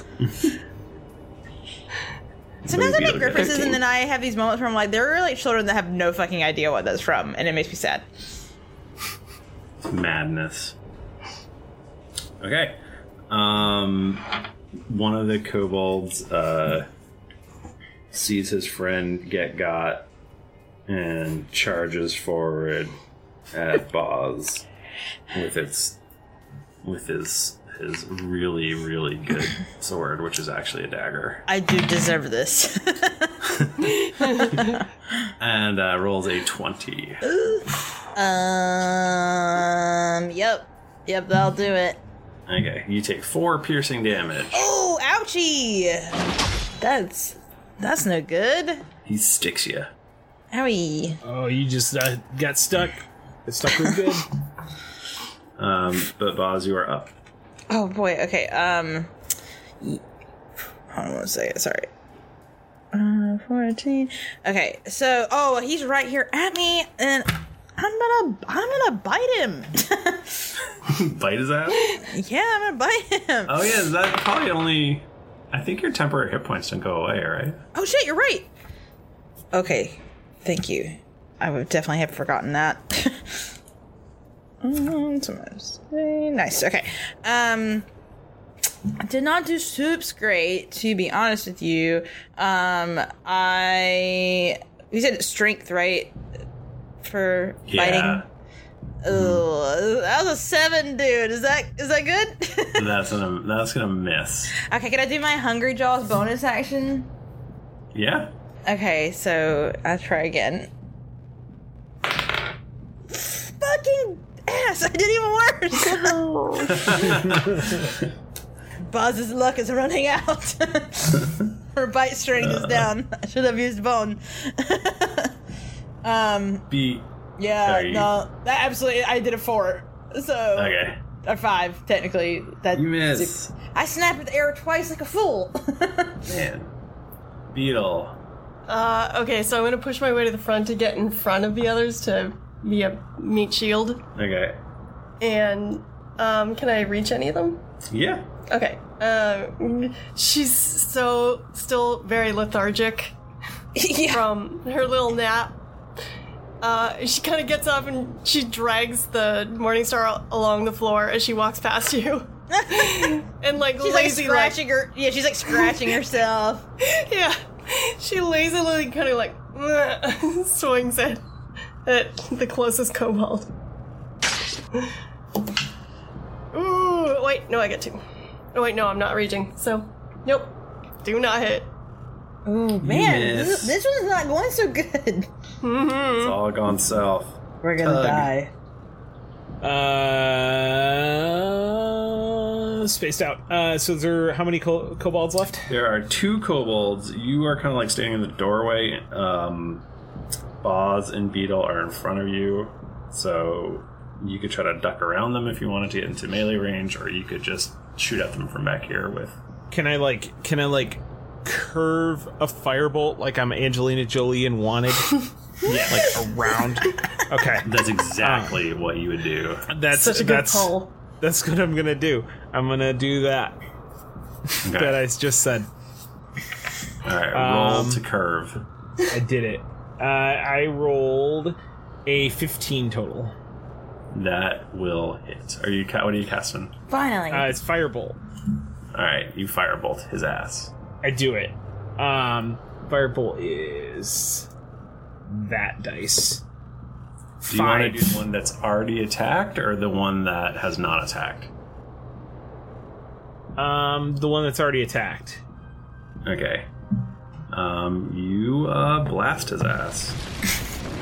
Sometimes I
Maybe
make
it'll get
references
15.
and then I have these moments where I'm like, there are like children that have no fucking idea what that's from, and it makes me sad.
Madness. Okay. Um, one of the kobolds uh, sees his friend get got and charges forward at Boz with its with his his really really good sword, which is actually a dagger,
I do deserve this.
and uh, rolls a twenty.
um, yep. Yep, that'll do it.
Okay, you take four piercing damage.
Oh, ouchie! That's that's no good.
He sticks you.
Owie.
Oh, you just uh, got stuck. It stuck real good.
Um, but Boz, you are up.
Oh boy. Okay. Um. y- Hold on one second. Sorry. Uh, fourteen. Okay. So, oh, he's right here at me, and I'm gonna, I'm gonna bite him.
Bite his ass.
yeah, I'm gonna bite him.
Oh yeah, that probably only. I think your temporary hit points don't go away, right?
Oh shit, you're right. Okay. Thank you. I would definitely have forgotten that. um, so much- nice. Okay. Um, I did not do soups great, to be honest with you. Um, I we said strength, right? For
Yeah. Mm-hmm.
fighting. Ugh, that was a seven, dude. Is that is that good?
that's gonna that's gonna miss.
okay, can I do my hungry jaws bonus action?
Yeah.
Okay, so I'll try again. Fucking ass! I did even worse! Buzz's luck is running out. Her bite strength is down. I should have used bone. um,
Be
yeah,
Sorry.
no. That absolutely, I did a four. So.
okay.
Or five, technically. That
You miss.
I snapped at the air twice like a fool.
Man. Beetle.
Uh, okay, so I'm gonna push my way to the front to get in front of the others to be a meat shield.
Okay.
And um, can I reach any of them?
Yeah.
Okay. Um, she's so still very lethargic from her little nap. Uh, she kind of gets up and she drags the morning star al- along the floor as she walks past you, and like
She's like
lazy like-
scratching her. Yeah, she's like scratching herself.
yeah, she lazily kind of like swings it at the closest kobold. Ooh, wait, no, I get two. Oh, wait, no, I'm not reaching. So, nope, do not hit.
Ooh, Oh, Man, this, this one's not going so good.
It's
Mm-hmm.
all gone south.
Hmm. We're
gonna
die.
Uh, spaced out. Uh, so there are how many co- kobolds left?
There are two kobolds. You are kind of like standing in the doorway. Um, Boz and Beetle are in front of you, so you could try to duck around them if you wanted to get into melee range, or you could just shoot at them from back here with
Can I like? Can I like? Curve a firebolt like I'm Angelina Jolie and wanted. yeah, like around. Okay,
that's exactly what you would do.
That's
Such a good
that's,
pull.
That's what I'm gonna do. I'm gonna do that that I just said.
All right, roll
Um,
to curve.
I did it. Uh, I rolled a 15 total.
That will hit. Are you? ca- What are you casting?
Finally.
Uh, it's firebolt.
All right, you firebolt his ass.
I do it. Um, Firebolt is that dice.
Do you want to do the one that's already attacked or the one that has not attacked?
Um, the one that's already attacked.
Okay. Um, you uh, blast his ass.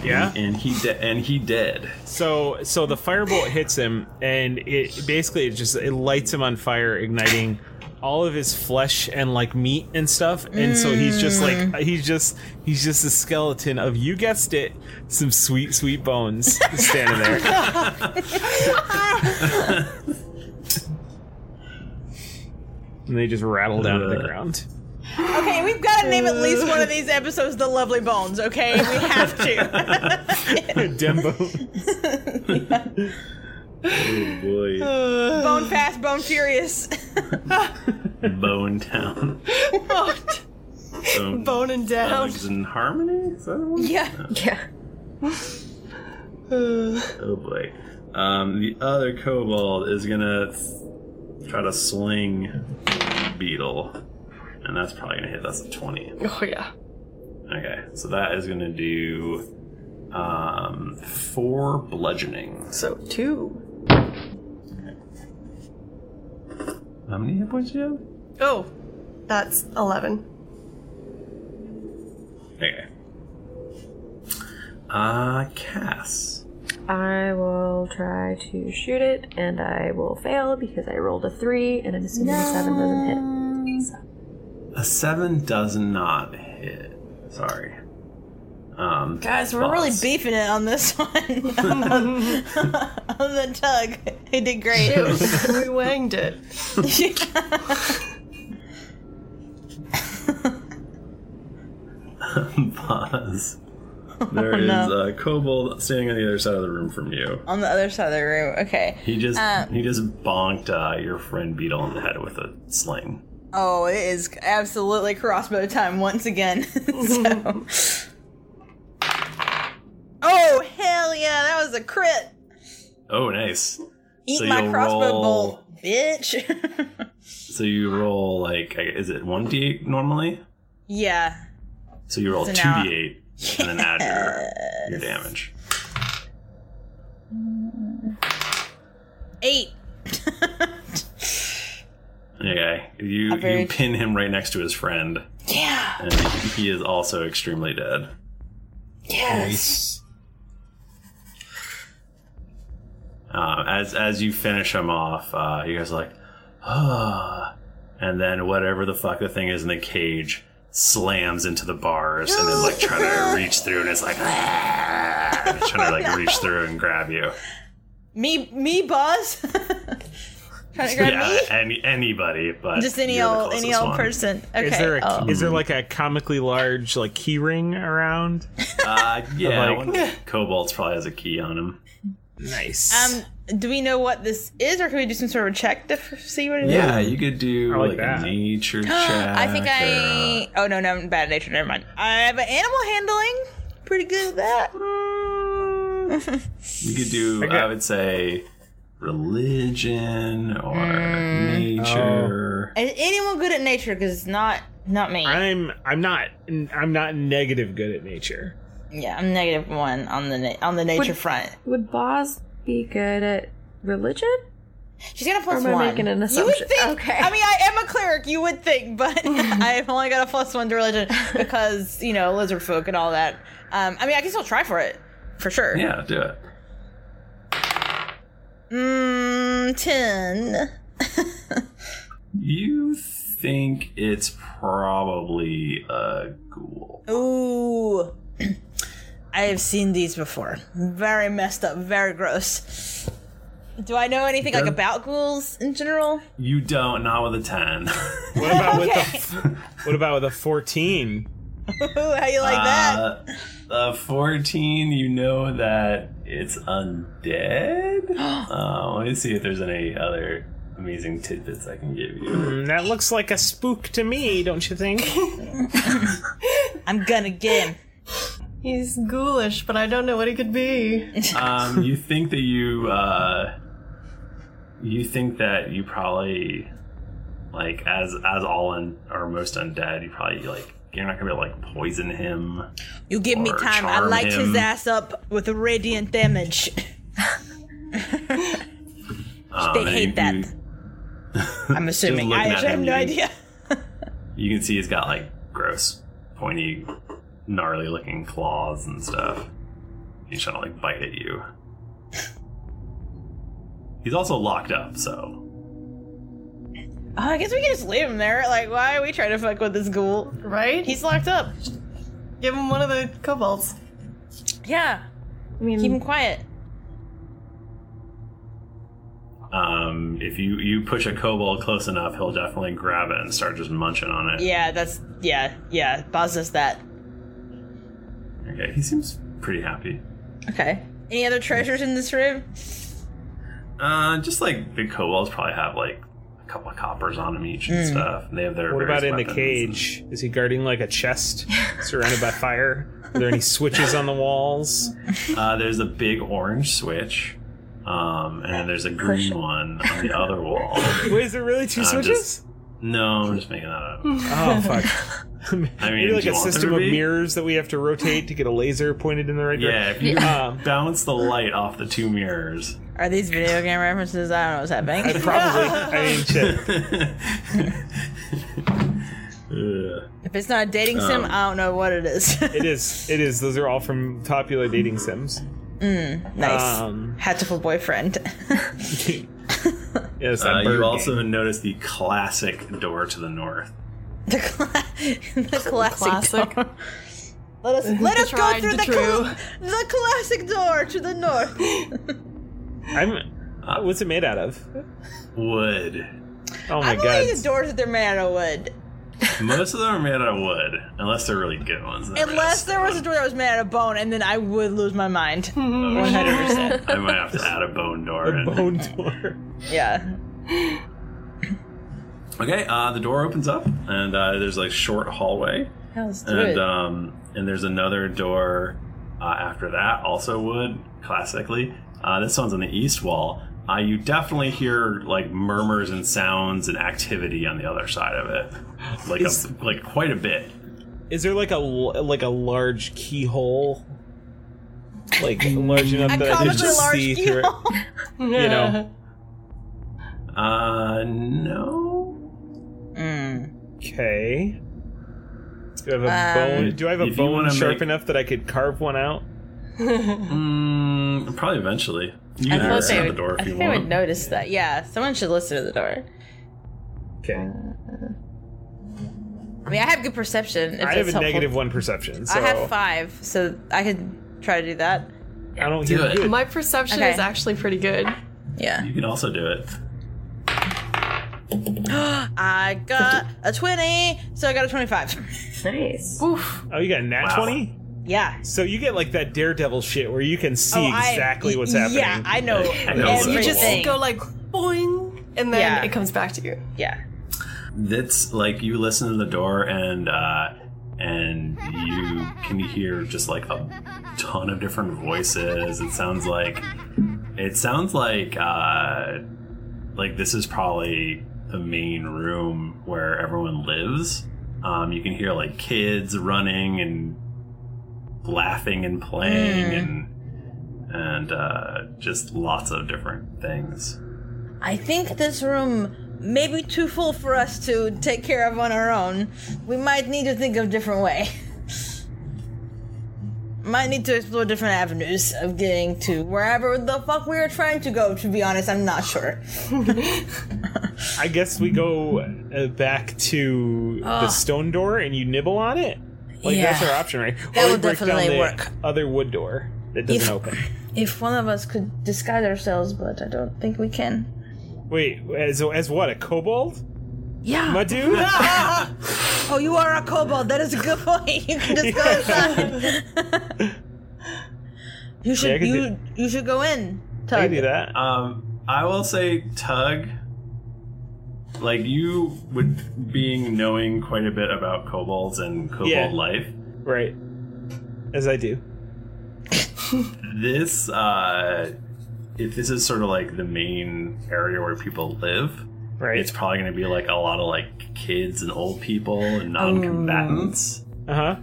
Yeah?
and he de- and he dead.
So so the firebolt hits him and it basically it just it lights him on fire, igniting all of his flesh and like meat and stuff. And so he's just like he's just he's just a skeleton of you guessed it, some sweet, sweet bones standing there. and they just rattle down to the ground.
Okay, we've got to name at least one of these episodes "The Lovely Bones." Okay, we have to.
Dembo.
Oh boy.
bone fast, bone furious.
Bone Town. Bone,
Bone and down.
Bugs in Harmony? Is that the one?
Yeah.
Yeah.
Oh boy. Um, the other kobold is gonna try to sling Beetle. And that's probably gonna hit. That's a 20.
Oh yeah.
Okay, so that is gonna do um, four bludgeoning.
So two.
How many hit points do you have?
Oh, that's eleven.
Okay. Uh, Cass.
I will try to shoot it, and I will fail because I rolled a three, and I'm assuming a seven doesn't hit. So-
A seven does not hit. Sorry. Um,
Guys, we're really beefing it on this one. on, the, on the tug, he did great.
we wanged it.
Pause. There
Oh,
is
no.
a kobold standing on the other side of the room from you.
on the other side of the room. Okay.
He just
Uh,
he just bonked uh, your friend Beetle in the head with a sling.
oh, it is absolutely crossbow time once again. so. Oh hell yeah! That was a crit.
Oh, nice.
Eat
So
my
you'll
crossbow
roll-
bolt, bitch.
So you roll like I- is it one d eight normally?
yeah.
So you roll two
So
d
now-
eight and then add your, your damage.
Eight.
Okay, you
I
you
buried-
pin him right next to his friend,
Yeah.
and he is also extremely dead.
Yes.
Um, as as you finish him off, uh, you guys are like, ah, and then whatever the fuck the thing is in the cage slams into the bars and is like trying to reach through, and it's like "Ah," and it's trying to like reach through and grab you.
Me, me, Buzz. Trying to grab me.
yeah, any anybody, but
Just any
you're the
old, any
closest
old
one.
person. Okay.
is there a,
oh.
is there like a comically large like key ring around?
Uh, yeah,
Like-
one Cobalt's probably has a key on him.
Nice.
Um, do we know what this is, or can we do some sort of check to f- see what it is?
Yeah, you could do like, a nature check.
I think
or-
I. Oh no, no, I'm bad at nature. Never mind. I have an animal handling. Pretty good at that.
You could do, I would say, religion or nature.
Is anyone good at nature? Because it's not not me.
I'm I'm not I'm not negative good at nature.
Yeah, I'm negative one on the na- on the nature
Would-
front.
Would Boz be good at religion?
She's gonna plus
or am I
one.
making an
You would
assumption?
think-
okay.
I mean, I am a cleric. You would think, but I've only got a plus one to religion because you know lizard folk and all that. Um, I mean, I can still try for it for sure.
Yeah, do it.
Mm, ten.
You think it's probably uh, a ghoul.
Ooh. I have seen these before. Very messed up, very gross. Do I know anything like
Okay.
about ghouls in general?
You don't, not with a 10.
What about with the What about with a 14?
How you like that?
Uh, the 14, you know that it's undead? uh, let me see if there's any other amazing tidbits I can give you.
Hmm, that looks like a spook to me, don't you think?
I'm gonna get him.
He's ghoulish, but I don't know what he could be.
um, you think that you uh, you think that you probably Like as as all un, or most undead, you probably like you're not gonna be able to, like poison him.
You give me
or
time. I
charm
light his
him.
ass up with radiant damage.
Um,
they
and
hate
you-
that.
you-
I'm assuming. I
looking at
actually have
him,
no
you-
idea.
You can see he's got like gross, pointy, gnarly looking claws and stuff. He's trying to like bite at you. He's also locked up, so
Oh, I guess we can just leave him there. Like, why are we trying to fuck with this ghoul? Right? He's locked up. Give him one of the kobolds. Yeah. I mean, keep him quiet.
um, if you you push a kobold close enough, he'll definitely grab it and start just munching on it.
Yeah, that's yeah, yeah. Boz does that.
Okay, he seems pretty happy.
Okay. Any other treasures in this room?
Uh, just like big kobolds probably have like a couple of coppers on them each and
Mm.
stuff. And they have their
What about in
various
the
weapons.
cage? Is he guarding like a chest surrounded by fire? Are there any switches on the walls?
Uh, there's a big orange switch, um, and then there's a green one on the other wall.
Wait, is there really two
I'm
switches?
Uh, just- no, I'm just making that up.
Oh fuck!
I mean,
Maybe like
do you
a
want there
system
to
of
be?
mirrors that we have to rotate to get a laser pointed in the right
Yeah, if
direction.
you bounce the light off the two mirrors.
Are these video game references? I don't know what's happening.
I probably- I mean, Ugh.
If it's not a dating sim,
Um.
I don't know what it is.
Uh, it is. It is. Those are all from popular dating sims.
mm, nice.
Um,
Hatchiful boyfriend.
Yes,
uh,
that bird
you also notice the classic door to the north.
the classic.
Classic.
door. Let us let
The
us go
tried,
through
the
the cla- the classic door to the north.
I'm. uh, what's it made out of?
Wood.
Oh
I
my
believe
god!
these doors that they're made out of wood.
Most of them are made out of wood, unless they're really good ones.
Unless there was a door that was made out of bone, and then I would lose my mind.
Oh,
One
shit.
hundred percent.
I might have to add a bone door. in.
Bone door.
Yeah.
Okay, uh, the door opens up, and uh, there's like short hallway,
Yeah, let's do
and
it.
um, and there's another door uh, after that, also wood, classically. Uh, this one's on the east wall. Uh, you definitely hear like murmurs and sounds and activity on the other side of it, like
Is-
a, like quite a bit.
Is there like a l- like a large keyhole? Like large enough that I can
Accommodate a
just
large
see through it. You know.
Uh, no.
Okay. Do I have a
Um,
bone? Do I have a
If you
bone
wanna
sharp
make-
enough that I could carve one out?
Mm, probably eventually. You can
thought
listen
they
to the
would-
door
I
if you
think I would
want.
notice that. Yeah, someone should listen to the door.
Okay.
I mean, I have good perception. If
I have
that's
a
helpful.
negative one perception. So
I have five, so I could try to do that.
I don't
Do
hear
it.
good.
My perception
Okay.
is actually pretty good.
Yeah.
You can also do it.
I got a twenty, so I got a twenty-five.
Nice.
Oof.
Oh, you got a nat
Wow.
twenty.
Yeah.
So you get like that daredevil shit where you can see
Oh, I-
exactly what's
yeah,
happening.
I know
everything.
You just go like boing, and then
Yeah.
it comes back to you.
Yeah.
That's like you listen to the door and uh and you can hear just like a ton of different voices. It sounds like it sounds like uh like this is probably the main room where everyone lives. Um you can hear like kids running and laughing and playing and and uh just lots of different things.
I think this room may be too full for us to take care of on our own. We might need to think of a different way. might need to explore different avenues of getting to wherever the fuck we are trying to go. To be honest, I'm not sure.
I guess we go uh, back to
Ah.
the stone door and you nibble on it. Like that's
Yeah.
our option, right?
That
we
would
break down
definitely
the
work.
Other wood door that doesn't
If-
open.
If one of us could disguise ourselves, but I don't think we can.
Wait, as as what? A kobold?
Yeah.
My dude.
oh, you are a kobold. That is a good point. You can just go inside. you
Yeah, I
should
could
you
do-
you should go in. Tug.
that.
Um, I will say Tug. Like you would being knowing quite a bit about kobolds and kobold
Yeah.
life.
Right. As I do.
This uh if this is sort of like the main area where people live, Right. It's probably going to be like a lot of like kids and old people and non-combatants.
Uh huh.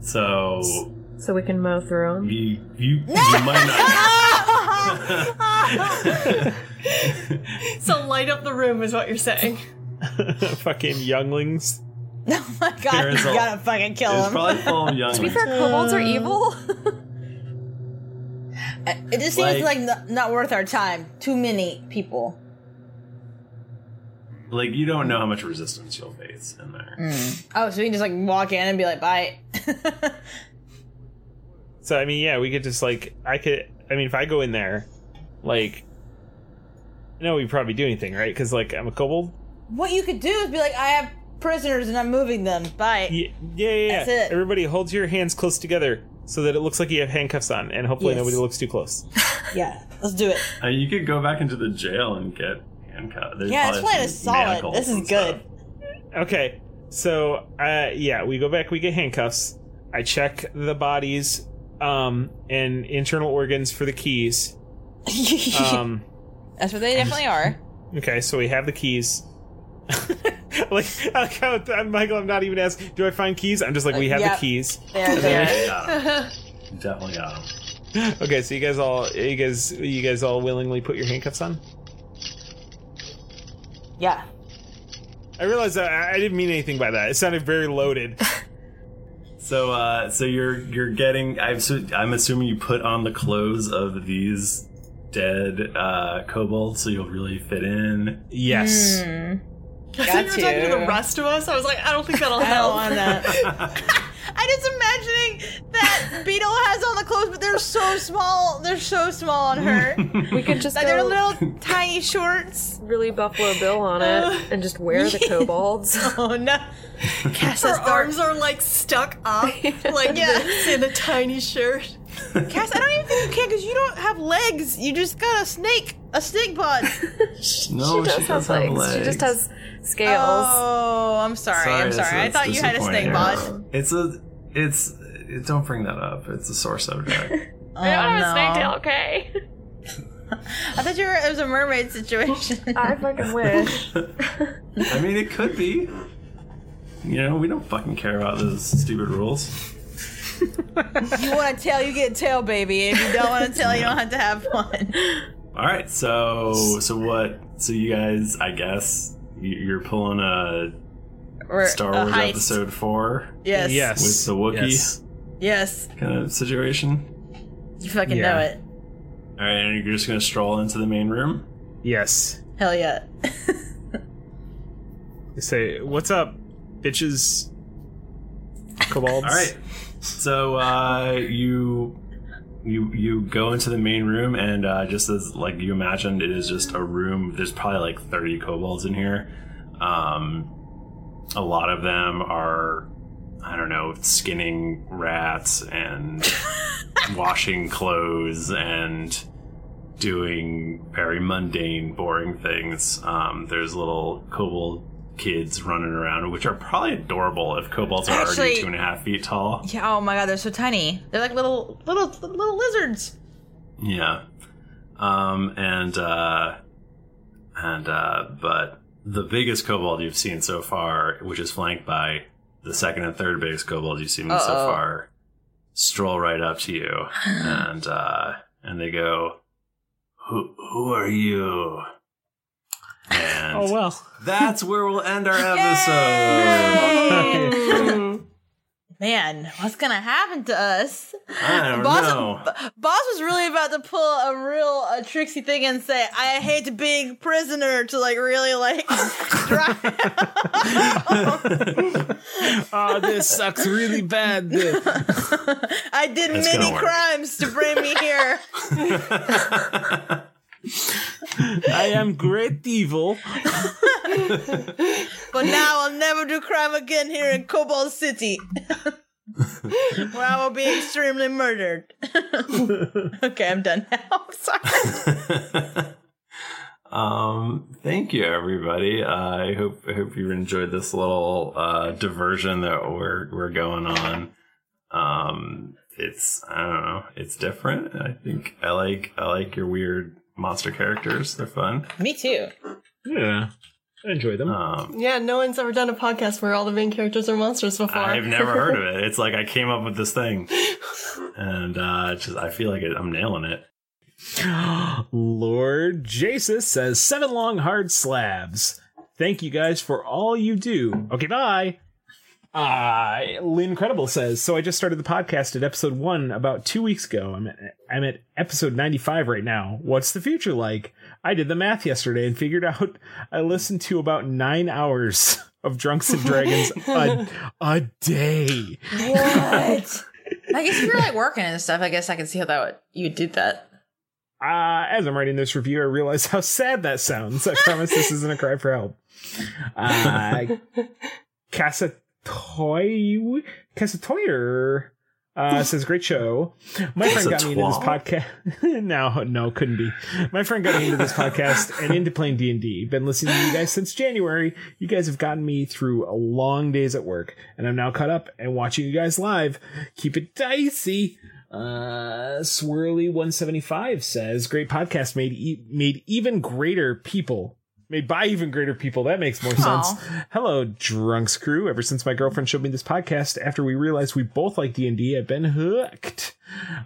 So
So we can mow through them.
you Oh. you, you might not.
so light up the room is what you're saying.
Fucking younglings.
Oh My God,
There's
you
a-
gotta fucking kill
it's
him.
probably full of young
To be fair, kobolds are evil.
Mm. It just seems like,
Like-
not, not worth our time. Too many people.
Like you don't know how much resistance you'll face in there.
Oh, so we can just like walk in and be like, bye.
So I mean, yeah, we could just like I could. I mean, if I go in there, like, no, we probably do anything, right? Because like I'm a kobold.
What you could do is be like, I have prisoners and I'm moving them. Bye.
Yeah, yeah, yeah.
Eh, That's it.
Everybody, hold your hands close together so that it looks like you have handcuffs on, and hopefully
Yes.
nobody looks too close.
Yeah, let's do it.
Uh, you could go back into the jail and get handcuffed. There's
yeah, this
probably
plan is
some
solid.
manacles
This is
and
good.
Okay, so uh, yeah, we go back. We get handcuffs. I check the bodies um, and internal organs for the keys. Um,
That's what they definitely are.
okay, so we have the keys. like, I like how I'm, Michael, I'm not even asked. Do I find keys? I'm just like, we have
Yep.
the keys.
There
And
they
then-
are.
Definitely got him.
okay, so you guys all, you guys, you guys all willingly put your handcuffs on.
Yeah.
I realized that I I didn't mean anything by that. It sounded very loaded.
So, uh, so you're you're getting. I'm, su- I'm assuming you put on the clothes of these dead uh, kobolds, so you'll really fit in. Hmm.
Yes.
Hmm.
I thought you were talking to the rest of us. I was like, I don't think that'll
I don't
help.
want I'm just imagining that Beetle has all the clothes, but they're so small. They're so small on her.
We could just
like they're
go-
little tiny shorts.
Really Buffalo Bill on
Uh,
it and just wear the kobolds.
Oh no.
Her arms are like stuck up, like
Yeah.
this in a tiny shirt.
Cass, I don't even think you can because you don't have legs. You just got a snake, a snake bud.
No,
she does, have, legs. She just has scales.
Oh, I'm sorry. I'm
that's-
sorry. I
that's
thought you had a snake
disappointing.
bud.
It's a. It's. It, don't bring that up. It's a sore subject.
I don't have a snake
Oh, no.
tail, okay?
I thought you were. It was a mermaid situation.
I fucking wish.
I mean, it could be. You know, we don't fucking care about those stupid rules.
you want a tail, you get a tail, baby. If you don't want a tail, you don't have to have one.
All right, so so what? So you guys, I guess you- you're pulling a
Or
Star
a
Wars
heist.
Episode Four.
Yes. Yes.
with the Wookiee
Yes. Yes,
kind of situation.
you fucking
Yeah.
know it.
All right, and you're just gonna stroll into the main room.
Yes.
Hell yeah.
They say, "What's up, bitches?" Kobolds.
All right. So uh, you you you go into the main room, and uh, just as like you imagined, it is just a room. There's probably like 30 kobolds in here. Um, a lot of them are I don't know skinning rats and washing clothes and doing very mundane, boring things. Um, there's little kobold kids running around, which are probably adorable if kobolds are
Actually-
already two and a half feet tall.
Yeah. Oh my god, they're so tiny. They're like little, little, little lizards.
Yeah. Um, and, uh, and, uh, but the biggest kobold you've seen so far, which is flanked by the second and third biggest kobold you've seen so
Uh-oh.
far, stroll right up to you. and, uh, and they go, who, who are you? And
Oh well.
that's where we'll end our episode.
Mm. Man, what's gonna happen to us?
I don't
Boss-
know.
Boss was really about to pull a real uh tricksy thing and say, "I hate to be a prisoner." To like really like,
oh, this sucks really bad.
I did
It's
many
gonna work.
crimes to bring me here.
I am great evil.
But now I'll never do crime again here in Cobalt City, where I will be extremely murdered. okay, I'm done now. I'm sorry.
Um, thank you, everybody. Uh, I hope I hope you enjoyed this little uh, diversion that we're we're going on. Um, it's I don't know, it's different. I think I like I like your weird monster characters. They're fun.
Me too.
Yeah, I enjoy them.
Um,
Yeah, no one's ever done a podcast where all the main characters are monsters before.
I've never heard of it. It's like I came up with this thing, and uh, it's just I feel like it, I'm nailing it.
Lord Jesus says seven long hard slabs. Thank you guys for all you do. Okay, bye. Uh, Lynn Credible says, so I just started the podcast at episode one about two weeks ago. I'm at, I'm at episode 95 right now. What's the future like? I did the math yesterday and figured out I listened to about nine hours of Drunks and Dragons a, a day.
What? I guess if you're like working and stuff, I guess I can see how that would, you did that.
Uh, as I'm writing this review, I realize how sad that sounds. I promise this isn't a cry for help. Uh, Casatoy Casatoyer uh, says, "Great show." My friend got me into this
Casatoy.
podcast. no, no, couldn't be. My friend got me into this podcast and into playing D and D. Been listening to you guys since January. You guys have gotten me through a long days at work, and I'm now caught up and watching you guys live. Keep it dicey. Uh, Swirly one seventy five says, "Great podcast made e- made even greater people." Made by even greater people. That makes more sense. Hello, drunks crew. Ever since my girlfriend showed me this podcast, after we realized we both like D and D, I've been hooked.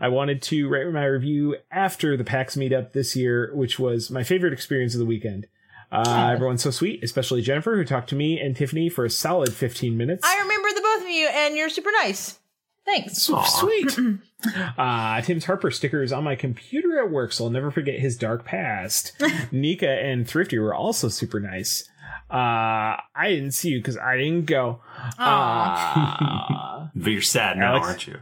I wanted to write my review after the PAX meetup this year, which was my favorite experience of the weekend. Uh, everyone's so sweet, especially Jennifer, who talked to me and Tiffany for a solid 15 minutes.
I remember the both of you, and you're super nice. Thanks.
So sweet. Uh, Tim's Harper sticker is on my computer at work, so I'll never forget his dark past. Nika and Thrifty were also super nice. Uh, I didn't see you because I didn't go. Uh,
But you're sad now,
Alex?
aren't you?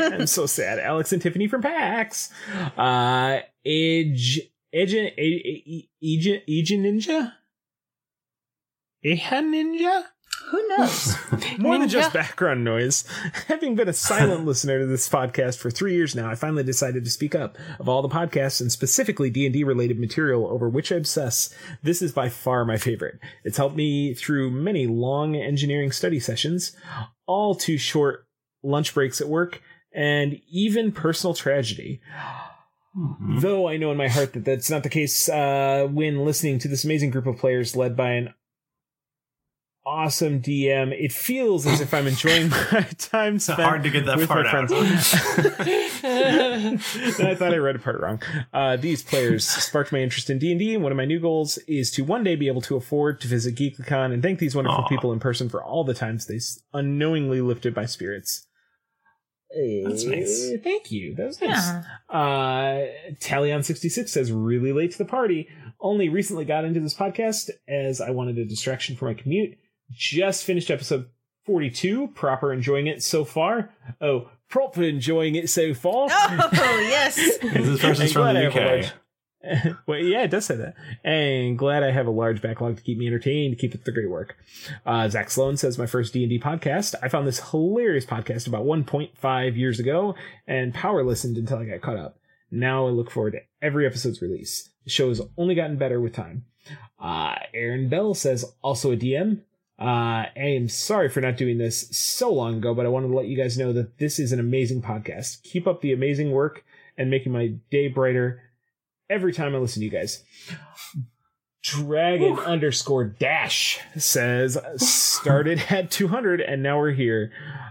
I'm so sad. Alex and Tiffany from PAX. Uh, Edge, Edge, Edge, Edge, Edge Ninja? Ehan Ninja?
Who knows?
More than just background noise. Having been a silent listener to this podcast for three years now, I finally decided to speak up. Of all the podcasts and specifically D and D related material over which I obsess, this is by far my favorite. It's helped me through many long engineering study sessions, all too short lunch breaks at work, and even personal tragedy.
Mm-hmm.
Though I know in my heart that that's not the case uh, when listening to this amazing group of players led by an awesome DM. It feels as if I'm enjoying my time spent
hard to get that
with
part
my
out.
friends. I thought I read a part wrong. Uh, these players sparked my interest in D and D, and one of my new goals is to one day be able to afford to visit GeeklyCon and thank these wonderful
Aw.
people in person for all the times they s- unknowingly lifted my spirits.
That's nice.
Eh, Thank you. That was nice. Uh, Talion66 says, really late to the party. Only recently got into this podcast as I wanted a distraction for my commute. Just finished episode 42. Proper enjoying it so far. Oh, proper enjoying it so far.
Oh, yes.
Is this person's
I'm
from
glad I
the
have a
UK?
large- well, yeah, it does say that. And glad I have a large backlog to keep me entertained. Keep up the great work. Uh, Zach Sloan says my first D and D podcast. I found this hilarious podcast about 1.5 years ago, and power listened until I got caught up. Now I look forward to every episode's release. The show has only gotten better with time. Uh, Aaron Bell says also a DM. Uh, I am sorry for not doing this so long ago, but I wanted to let you guys know that this is an amazing podcast. Keep up the amazing work and making my day brighter every time I listen to you guys. Dragon underscore dash says started at 200 and now we're here.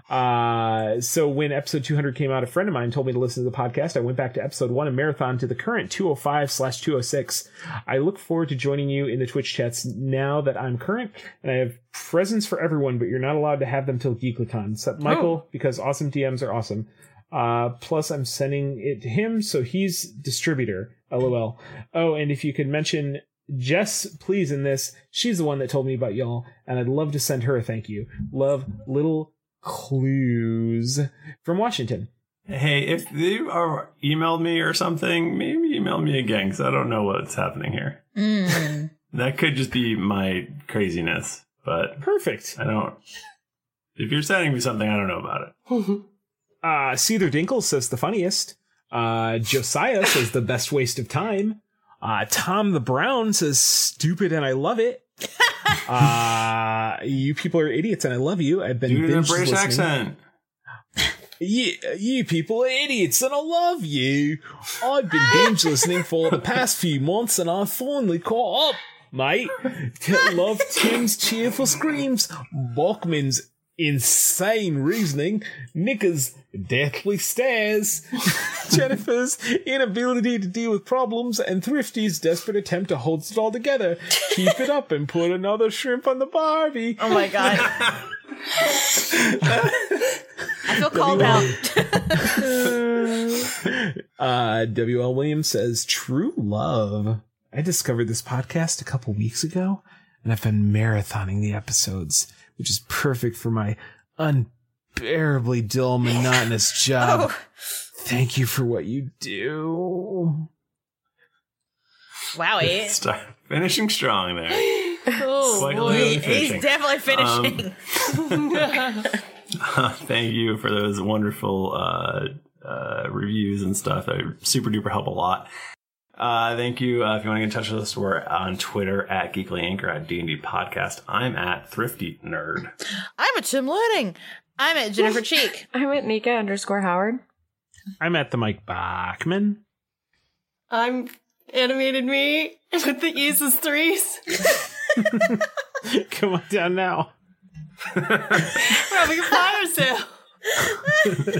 Uh, so when episode 200 came out, a friend of mine told me to listen to the podcast. I went back to episode one and marathon to the current 205 slash 206. I look forward to joining you in the Twitch chats now that I'm current and I have presents for everyone, but you're not allowed to have them till Geeklicon. Except Michael, because awesome DMs are awesome. Uh, plus, I'm sending it to him, so he's distributor. LOL. Oh, and if you could mention Jess, please, in this, she's the one that told me about y'all, and I'd love to send her a thank you. Love, little clues from Washington.
Hey, if you are emailed me or something, maybe email me again because I don't know what's happening here. That could just be my craziness, but
perfect.
I don't. If you're sending me something, I don't know about it.
uh, Seether Dinkle says the funniest. Uh, Josiah says the best waste of time. Uh, Tom the Brown says stupid and I love it. uh, you people are idiots and I love you. I've been
Due to the
binge
British
listening.
accent.
Ye- you people are idiots and I love you. I've been binge listening for the past few months and I finally caught up. mate. T- love Tim's cheerful screams, Bachman's insane reasoning, Nick's deathly stares, Jennifer's inability to deal with problems, and Thrifty's desperate attempt to hold it all together. Keep it up and put another shrimp on the Barbie.
Oh my god. I feel called out.
Uh, W.L. Williams says, True love. I discovered this podcast a couple weeks ago, and I've been marathoning the episodes, which is perfect for my unbearably dull, monotonous job. Thank you for what you do.
Wowie.
Start finishing strong there.
Oh,
Quite
boy.
literally
He's
finishing.
definitely
Um,
finishing.
Thank you for those wonderful uh, uh, reviews and stuff. They super duper help a lot. Uh, thank you. Uh, if you want to get in touch with us, we're on Twitter at Geekly Anchor at D&D Podcast. I'm at Thrifty Nerd.
I'm at Tim Loading. I'm at Jennifer Cheek.
I'm at Nika underscore Howard.
I'm at the Mike Bachman.
I'm animated me with the E's as threes.
Come on down now.
We're having a fire sale.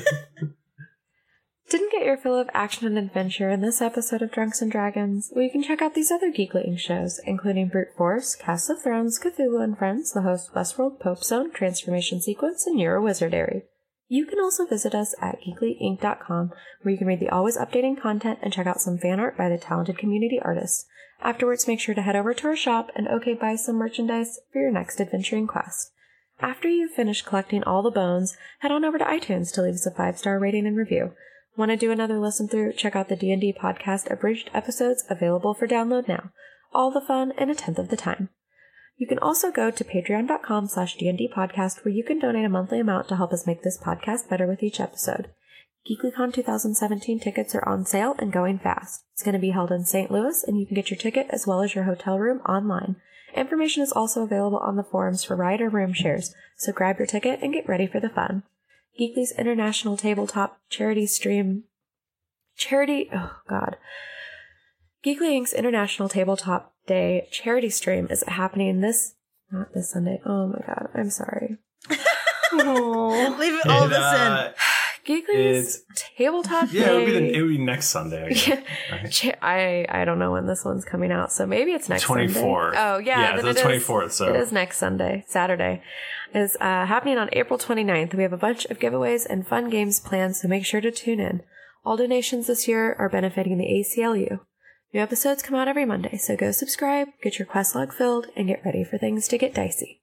Didn't get your fill of action and adventure in this episode of Drunks and Dragons? Well, you can check out these other Geekly Inc. shows, including Brute Force, Cast of Thrones, Cthulhu and Friends, The Host, Westworld, Pope Zone, Transformation Sequence, and Euro Wizardary. You can also visit us at geeklyinc.com, where you can read the always updating content and check out some fan art by the talented community artists. Afterwards, make sure to head over to our shop and okay buy some merchandise for your next adventuring quest. After you've finished collecting all the bones, head on over to iTunes to leave us a five-star rating and review. Want to do another listen through? Check out the D&D podcast abridged episodes available for download now. All the fun in a tenth of the time. You can also go to patreon.com slash D&D podcast where you can donate a monthly amount to help us make this podcast better with each episode. GeeklyCon 2017 tickets are on sale and going fast. It's going to be held in St. Louis and you can get your ticket as well as your hotel room online. Information is also available on the forums for ride or room shares, so grab your ticket and get ready for the fun. Geekly's International Tabletop Charity Stream Charity Oh god. Geekly Inc.'s International Tabletop Day charity stream is happening this not this Sunday. Oh my god, I'm sorry.
Leave it
And,
all this in.
uh,
Geekly's Tabletop
yeah, it would, be
Day.
the, it would be next Sunday. I guess.
Yeah. Cha- I I don't know when this one's coming out, so maybe it's next Sunday.
24th.
Oh yeah,
Yeah,
then
so
it
the
is-
24th, so-
it is next Sunday, Saturday, is uh, happening on April 29th. We have a bunch of giveaways and fun games planned, so make sure to tune in. All donations this year are benefiting the ACLU. New episodes come out every Monday, so go subscribe, get your quest log filled, and get ready for things to get dicey.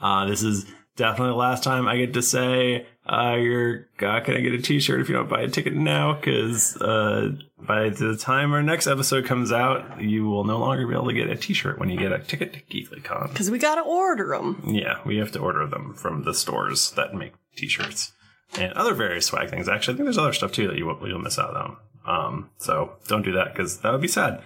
Uh, this is definitely the last time I get to say, uh, you're not going to get a t shirt if you don't buy a ticket now, because uh, by the time our next episode comes out, you will no longer be able to get a t shirt when you get a ticket to GeeklyCon.
Because we gotta order them.
Yeah, we have to order them from the stores that make t shirts and other various swag things. Actually, I think there's other stuff too that you will, you'll miss out on. Um, so don't do that because that would be sad.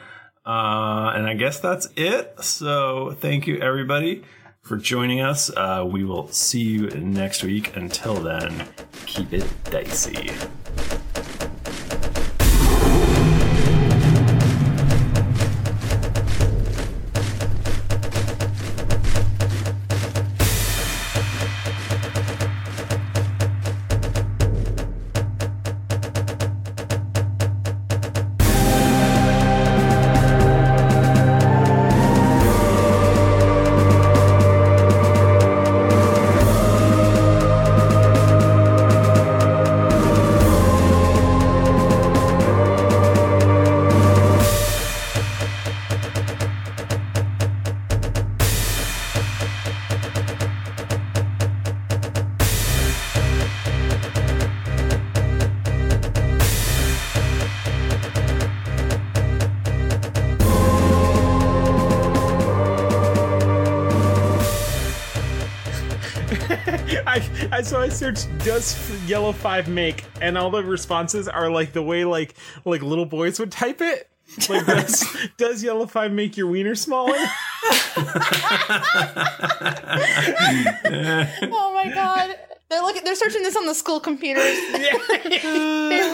Uh, and I guess that's it. So thank you, everybody, for joining us. Uh, we will see you next week. Until then, keep it dicey.
I, I so I searched "does f- yellow five make" and all the responses are like the way like like little boys would type it. Like does does yellow five make your wiener smaller?
Oh my god. They're looking they're searching this on the school computers. they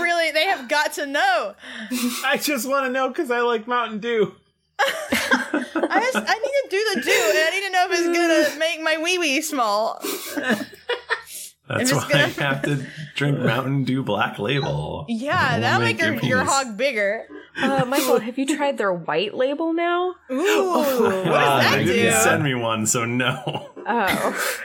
really they have got to know.
I just want to know because I like Mountain Dew.
I just I need to do the do, and I need to know if it's gonna make my wee wee small.
That's
I'm
why
just
I have to drink Mountain Dew Black Label.
Yeah,
It'll
that'll make, your, your
penis-
hog bigger.
Uh, Michael, have you tried their white label now? Oh,
Ooh.
Ah,
that
they didn't
do?
send me one, so no.
Oh.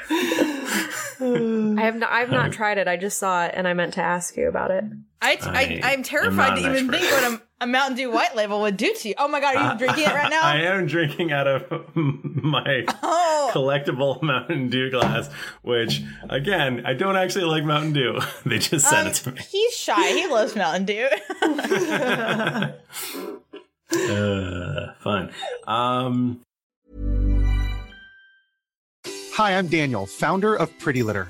I have not. I've not tried it. I just saw it, and I meant to ask you about it.
I, I, I am terrified
not
to
an
even think
expert.
what a, a Mountain Dew White Label would do to you. Oh my god, are you drinking it right now?
I am drinking out of my
Oh.
collectible Mountain Dew glass, which, again, I don't actually like Mountain Dew. They just sent it to me.
He's shy. He loves Mountain Dew.
Uh, fun. Um,
Hi, I'm Daniel, founder of Pretty Litter.